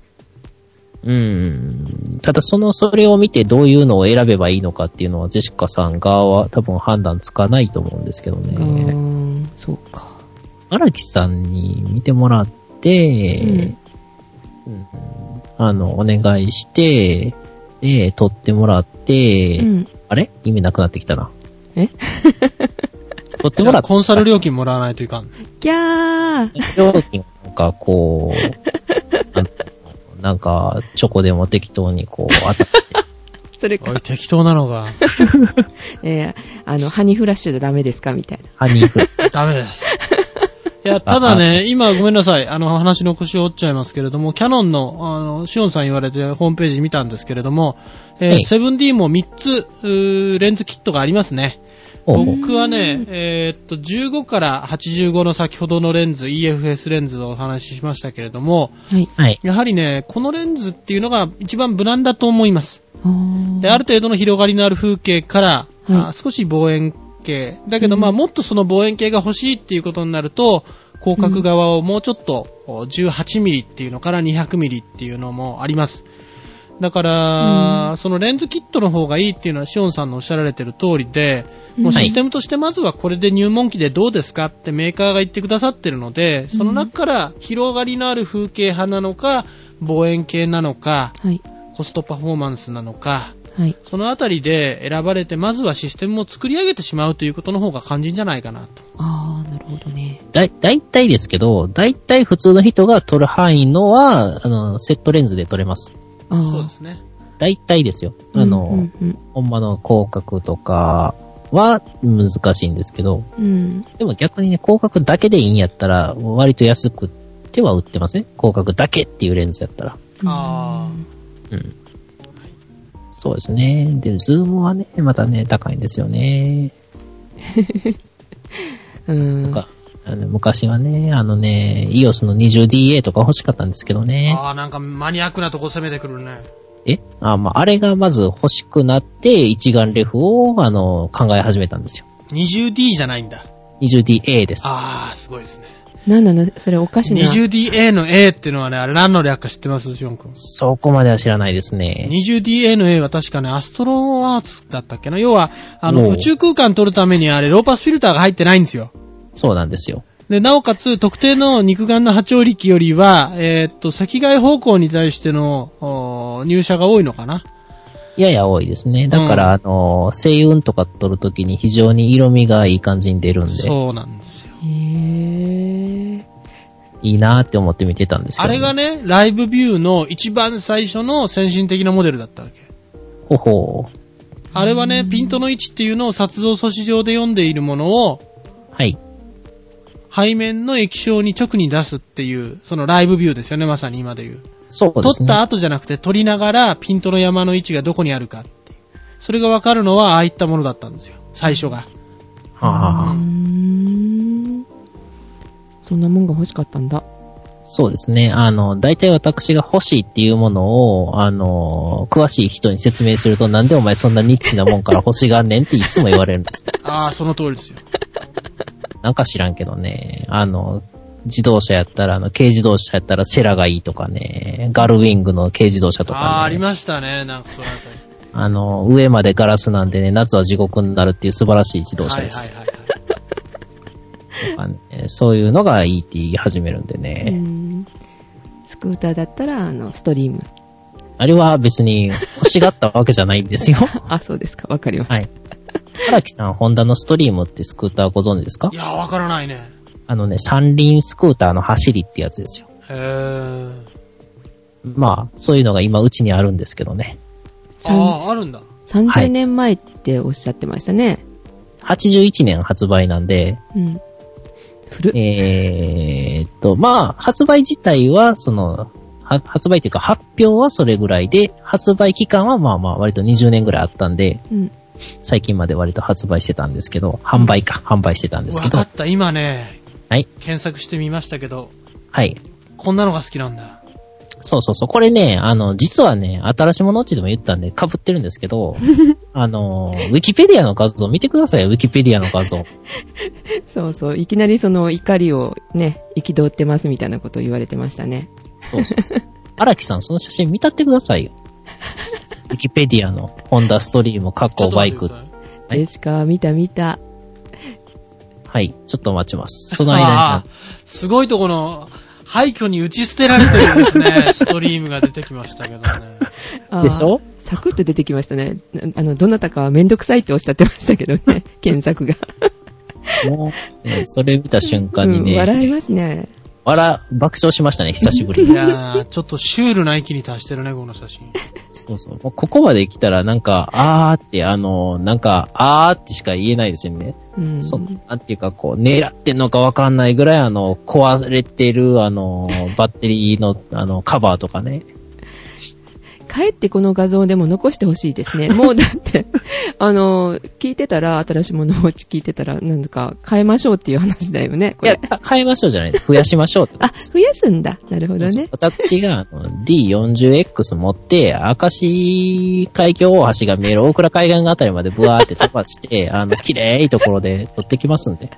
Speaker 2: うん。ただその、それを見てどういうのを選べばいいのかっていうのは、ジェシカさん側は多分判断つかないと思うんですけど
Speaker 1: う
Speaker 2: ね。
Speaker 1: ーん、そうか。
Speaker 2: 荒木さんに見てもらって、
Speaker 1: うん
Speaker 2: うんあの、お願いして、で、撮ってもらって、
Speaker 1: うん。
Speaker 2: あれ意味なくなってきたな。
Speaker 1: え <laughs>
Speaker 2: 撮って
Speaker 3: じ
Speaker 2: も
Speaker 3: ゃ
Speaker 2: ら
Speaker 3: あ、
Speaker 2: って、
Speaker 3: コンサル料金もらわないと
Speaker 2: <laughs>
Speaker 3: いかん。
Speaker 1: ギャー
Speaker 2: 料金なんかこう、
Speaker 1: <laughs>
Speaker 2: あのなんか、チョコでも適当にこう、あた
Speaker 1: それ
Speaker 3: お
Speaker 1: か
Speaker 3: い、、適当な
Speaker 2: <laughs>
Speaker 3: のが。
Speaker 1: えー、あの、ハニーフラッシュじゃダメですかみたいな。
Speaker 2: ハニーフライ
Speaker 3: ダメです。いや、ただね、今ごめんなさい。あの、話の腰を折っちゃいますけれども、キャノンの、あの、シオンさん言われてホームページ見たんですけれども、えー
Speaker 2: はい
Speaker 3: 7D も3つ、うーレンズキットがありますね。
Speaker 2: ほうほう
Speaker 3: 僕はね、えーっと、15から85の先ほどのレンズ、EFS レンズをお話ししましたけれども、
Speaker 1: はい。
Speaker 2: はい。
Speaker 3: やはりね、このレンズっていうのが一番無難だと思います。
Speaker 1: あー
Speaker 3: で、ある程度の広がりのある風景から、
Speaker 1: い
Speaker 3: あ少し望遠系。だけど、
Speaker 1: うん
Speaker 3: まあ、もっとその望遠系が欲しいっていうことになると、広角側をもうちょっと、18ミリっていうのから200ミリっていうのもあります。だから、
Speaker 1: う
Speaker 3: そのレンズキットの方がいいっていうのはシオンさんのおっしゃられてる通りで、もう
Speaker 1: はい
Speaker 3: システムとしてまずはこれで入門機でどうですかってメーカーが言ってくださってるので、その中から広がりのある風景派なのか、望遠系なのか、
Speaker 1: はい。
Speaker 3: コストパフォーマンスなのか、
Speaker 1: はい。
Speaker 3: そのあたりで選ばれて、まずはシステムを作り上げてしまうということの方が肝心じゃないかなと。
Speaker 1: ああ、なるほどね。
Speaker 2: だ、だいたいですけど、だいたい普通の人が撮る範囲のは、あの、セットレンズで撮れます。
Speaker 1: ああ。
Speaker 3: そうですね。
Speaker 2: だいたいですよ。あの、
Speaker 1: うんうん
Speaker 2: ほんまの広角とかは難しいんですけど、
Speaker 1: うん、うん。
Speaker 2: でも逆にね、広角だけでいいんやったら、割と安くては売ってますね。広角だけっていうレンズやったら。
Speaker 3: あ
Speaker 2: うん。そうですね。で、ズームはね、またね、高いんですよね。
Speaker 1: うん。
Speaker 2: なんか、あの昔はね、あのね、EOS の 20DA とか欲しかったんですけど
Speaker 3: あ。
Speaker 2: ね。
Speaker 3: ああ、なんかマニアックなとこ攻めてくるね。
Speaker 2: えあ、まあ、あれがまず欲しくなって、一眼レフを、あの、考え始めたんですよ。
Speaker 3: 20D じゃないんだ。
Speaker 2: 20DA です。
Speaker 3: ああ、すごいですね。
Speaker 1: なんなのそれおかしな。
Speaker 3: 20DA の A っていうのはね、あれ何の略か知ってますシオン君。
Speaker 2: そこまでは知らないですね。
Speaker 3: 20DA の A は確かね、アストロアーツだったっけな要は、あ
Speaker 2: お
Speaker 3: の、
Speaker 2: う
Speaker 3: 宇宙空間撮るためにあれ、ローパスフィルターが入ってないんですよ。
Speaker 2: そうなんですよ。
Speaker 3: で、なおかつ、特定の肉眼の波長力よりは、えーっと、赤外方向に対しての、おー入射が多いのかな
Speaker 2: やや多いですね。だか
Speaker 3: うん
Speaker 2: ら、あの、星雲とか撮るときに非常に色味がいい感じに出るんで、
Speaker 3: そうなんですよ。
Speaker 1: へえ。
Speaker 2: いいなーって思って見てたんですけ
Speaker 3: あ
Speaker 2: ど、
Speaker 3: れがね、ライブビューの一番最初の先進的なモデルだったわけ。
Speaker 2: ほほー
Speaker 3: あれはね、ピントの位置っていうのを撮像素子上で読んでいるものを、
Speaker 2: はい。
Speaker 3: 背面の液晶に直に出すっていう、そのライブビューですよね、まさに今で言う。
Speaker 2: そうで
Speaker 3: 撮
Speaker 2: す
Speaker 3: った
Speaker 2: ね。
Speaker 3: 後じゃなくて、撮りながらピントの山の位置がどこにあるかっていう。それがわかるのは、ああいったものだったんですよ。最
Speaker 2: <laughs>
Speaker 3: 初が。
Speaker 2: は
Speaker 1: うー
Speaker 2: あ、
Speaker 1: ん。そんなもんが欲しかったんだ。
Speaker 2: そうですね。あの、大体私が欲しいっていうものを、あの、詳しい人に説明すると、なんでお前そんなニッチなもんから欲しがんねんっていつも言われるんです。
Speaker 3: ああ、その通りですよ。
Speaker 2: なんか知らんけどね、あの、自動車やったら、あの、軽自動車やったらセラがいいとかね、ガルウィングの軽自動車とか、ね、
Speaker 3: ああ、ありましたね、なんかそのあたり。
Speaker 2: あの、上までガラスなんでね、夏は地獄になるっていう素晴らしい自動車です。
Speaker 3: はいはいはいはい。
Speaker 2: とかねそういうのがいいって言い始めるんで
Speaker 1: う
Speaker 2: ね。
Speaker 1: ん。スクーターだったら、あの、ストリーム。
Speaker 2: あれは別に欲しがったわけじゃないん
Speaker 3: <laughs>
Speaker 2: ですよ。
Speaker 1: あ、そうですか。わかりました。
Speaker 2: はい。荒木さん、ホンダのストリームってスクーターご存知ですか
Speaker 3: いや、わからないね。
Speaker 2: あのね、三輪スクーターの走りってやつですよ。
Speaker 3: へえ。
Speaker 2: まあ、そういうのが今うちにあるんですけどね。
Speaker 3: ああ、あるんだ。
Speaker 2: は
Speaker 1: 30
Speaker 2: い
Speaker 1: 年前っておっしゃってましたね。
Speaker 2: 81年発売なんで、
Speaker 1: うん。
Speaker 3: <laughs>
Speaker 1: 古っ。
Speaker 2: えーっと、まあ、発売自体は、その、は発売というか発表はそれぐらいで、発売期間はまあまあ割と20年ぐらいあったんで、
Speaker 1: うん。
Speaker 2: 最近まで割と発売してたんですけど、販売か、販売してたんですけ
Speaker 3: わ
Speaker 2: ど
Speaker 3: かっ、た、今ね、
Speaker 2: はい、
Speaker 3: 検索してみましたけど、
Speaker 2: はい。
Speaker 3: こんなのが好きなんだ。
Speaker 2: そうそうそう、これね、あの、実はね、新しいものってでも言ったんで被ってるんですけど、
Speaker 3: <laughs>
Speaker 2: あの、ウィキペディアの画像見てくださいよ、ウィキペディアの画像。
Speaker 1: そうそう。いきなりその怒りをね、憤ってますみたいなことを言われてましたね。
Speaker 2: そうそう
Speaker 3: <laughs>
Speaker 2: そう。荒木さん、その写真見たってくださいよ。ウィキペディアのホンダストリーム、カッ
Speaker 3: ち
Speaker 2: コ
Speaker 3: ょっと
Speaker 2: バ
Speaker 3: 待
Speaker 2: イ
Speaker 3: ってく
Speaker 2: ク
Speaker 3: だ。さい
Speaker 2: はい
Speaker 1: でしか、見た見た。
Speaker 2: はい、ちょっと待ちます。その間に
Speaker 3: ああ
Speaker 2: な、
Speaker 3: すごいとこの、廃墟に打ち捨てられてるんです
Speaker 2: <laughs>
Speaker 3: ね。ストリームが出てきましたけどね。
Speaker 1: あー
Speaker 2: でしょ
Speaker 1: サクッと出てきましたね。なあの、どなたかはめんどくさいっておっしゃってましたけど
Speaker 2: <laughs>
Speaker 1: ね。検索が。
Speaker 2: もう、ねそれ見た瞬間に
Speaker 1: うん、
Speaker 2: ね、
Speaker 1: 笑いますね。
Speaker 2: 笑、爆笑しましたね、久しぶ
Speaker 1: <laughs>
Speaker 2: り
Speaker 3: い
Speaker 2: に。
Speaker 3: やー、ちょっとシュールな域に達してるね、この写真。
Speaker 2: そうそう。もうここまで来たら、なんか、あーって、あの、なんか、あーってしか言えないですよね。
Speaker 1: うん。
Speaker 2: そう、なんていうか、こう、狙ってんのかわかんないぐらい、あの、壊れてる、あの、バッテリーの、あの、カバーとかね。
Speaker 1: かえってこの画像でも残してほしいです
Speaker 2: <laughs>
Speaker 1: ね。もうだって、あの、聞いてたら、新しいものを聞いてたら、なんか変えましょうっていう話だよね、こ
Speaker 2: いや
Speaker 1: れ。、
Speaker 2: 買いましょうじゃない増やしましょうって。
Speaker 1: あ、増やすんだ。なるほど
Speaker 2: そうそう
Speaker 1: ね。
Speaker 2: 私があの D40X 持って、明石海峡大橋が見える大倉海岸あたりまでブワーって飛
Speaker 1: <laughs>
Speaker 2: ばして、あの、綺麗いところで撮ってきますんで。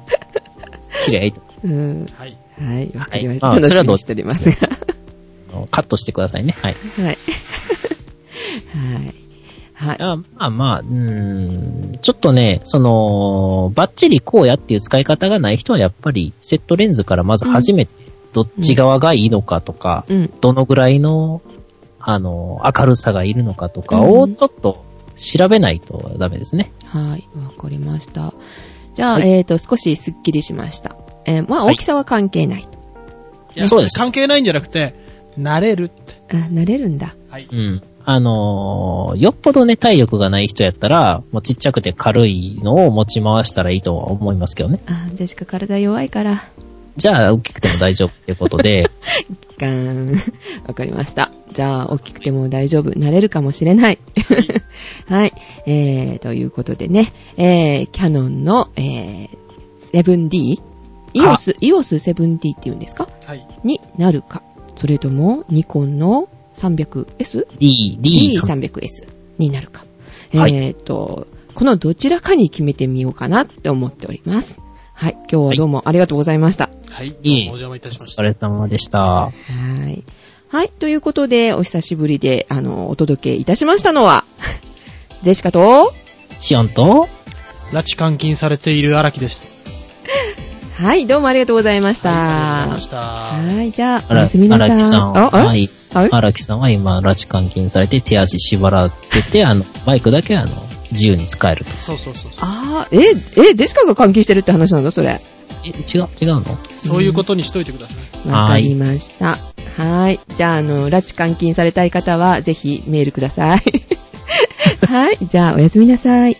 Speaker 2: 綺麗いとこ
Speaker 1: うん。
Speaker 3: はい。
Speaker 1: はい、わかりました。
Speaker 2: はいまあ
Speaker 1: 楽
Speaker 2: それ
Speaker 1: し
Speaker 2: は
Speaker 1: み
Speaker 2: どう
Speaker 1: にしておりますが。 <laughs>
Speaker 2: あのカットしてくださいね。はい。
Speaker 1: はい。はい。はい。
Speaker 2: あまあまあ、うーん、ちょっとね、その、バッチリこうやっていう使い方がない人はやっぱりセットレンズからまず初めてどっち側がいいのかとか、
Speaker 1: うん。
Speaker 2: どのぐらいの、あの、明るさがいるのかとかを
Speaker 1: うん
Speaker 2: ちょっと調べないとダメですね。
Speaker 1: はい。わかりました。じゃあ、
Speaker 2: はい
Speaker 1: えっ、と、少しスッキリしました。えーまあ、
Speaker 2: はい
Speaker 1: 大きさは関係ない。
Speaker 3: いや
Speaker 2: そうです
Speaker 3: 関係ないんじゃなくて、慣れるって。
Speaker 1: あ、慣れるんだ。
Speaker 3: はい。
Speaker 2: うん。あのーよっぽどね、体力がない人やったら、もうちっちゃくて軽いのを持ち回したらいいとは思いますけどね。
Speaker 1: あ、ジェシカ体弱いから、
Speaker 2: じゃあ、大きくても大丈夫っていうこ
Speaker 1: <laughs>
Speaker 2: とで、
Speaker 1: ガーン。 <laughs> わかりました。じゃあ、大きくても大丈夫。慣れるかもしれない。 <laughs> はい。えー、ということでね、えー、キャノンの、えー、7D? イオス、イオス 7D って言うんですか
Speaker 3: はい。
Speaker 1: になるか。それとも、ニコンの 300S?
Speaker 2: D、D さん。
Speaker 1: D300S になるか。
Speaker 2: はい
Speaker 1: えっ、と、このどちらかに決めてみようかなって思っております。はい。今日はどうもありがとうございました。
Speaker 3: はい。どう
Speaker 2: い
Speaker 3: も
Speaker 2: い
Speaker 3: お邪魔いた
Speaker 2: お
Speaker 3: しました
Speaker 2: 疲。れ様でした。
Speaker 1: はい。はい。ということで、お久しぶりで、あの、お届けいたしましたのは、 <laughs> ジェシカと、
Speaker 2: シオンと、
Speaker 3: 拉致監禁されている荒木です。
Speaker 1: はい、どうもありがとうございました。
Speaker 3: はいありがとうござい
Speaker 1: は
Speaker 3: ました。
Speaker 1: い、じゃあ、お
Speaker 2: 荒
Speaker 1: やすみなさい。
Speaker 2: 荒木さんは、
Speaker 1: あ、
Speaker 2: はい。
Speaker 1: ああ
Speaker 2: 荒木さんは今、拉致監禁されて、手足縛られてて、あの、バイクだけ、あの、自由に使えると。
Speaker 3: そうそうそうそう。
Speaker 1: あー、え、え、ジェシカが関係してるって話なのそれ。
Speaker 2: え、違う、違うの
Speaker 3: そういうことにしといてください。
Speaker 1: わかりました。はい。じゃあ、あの、拉致監 <laughs> 禁されたい方は、ぜひメールください。はい。じゃあ、おやすみなさい。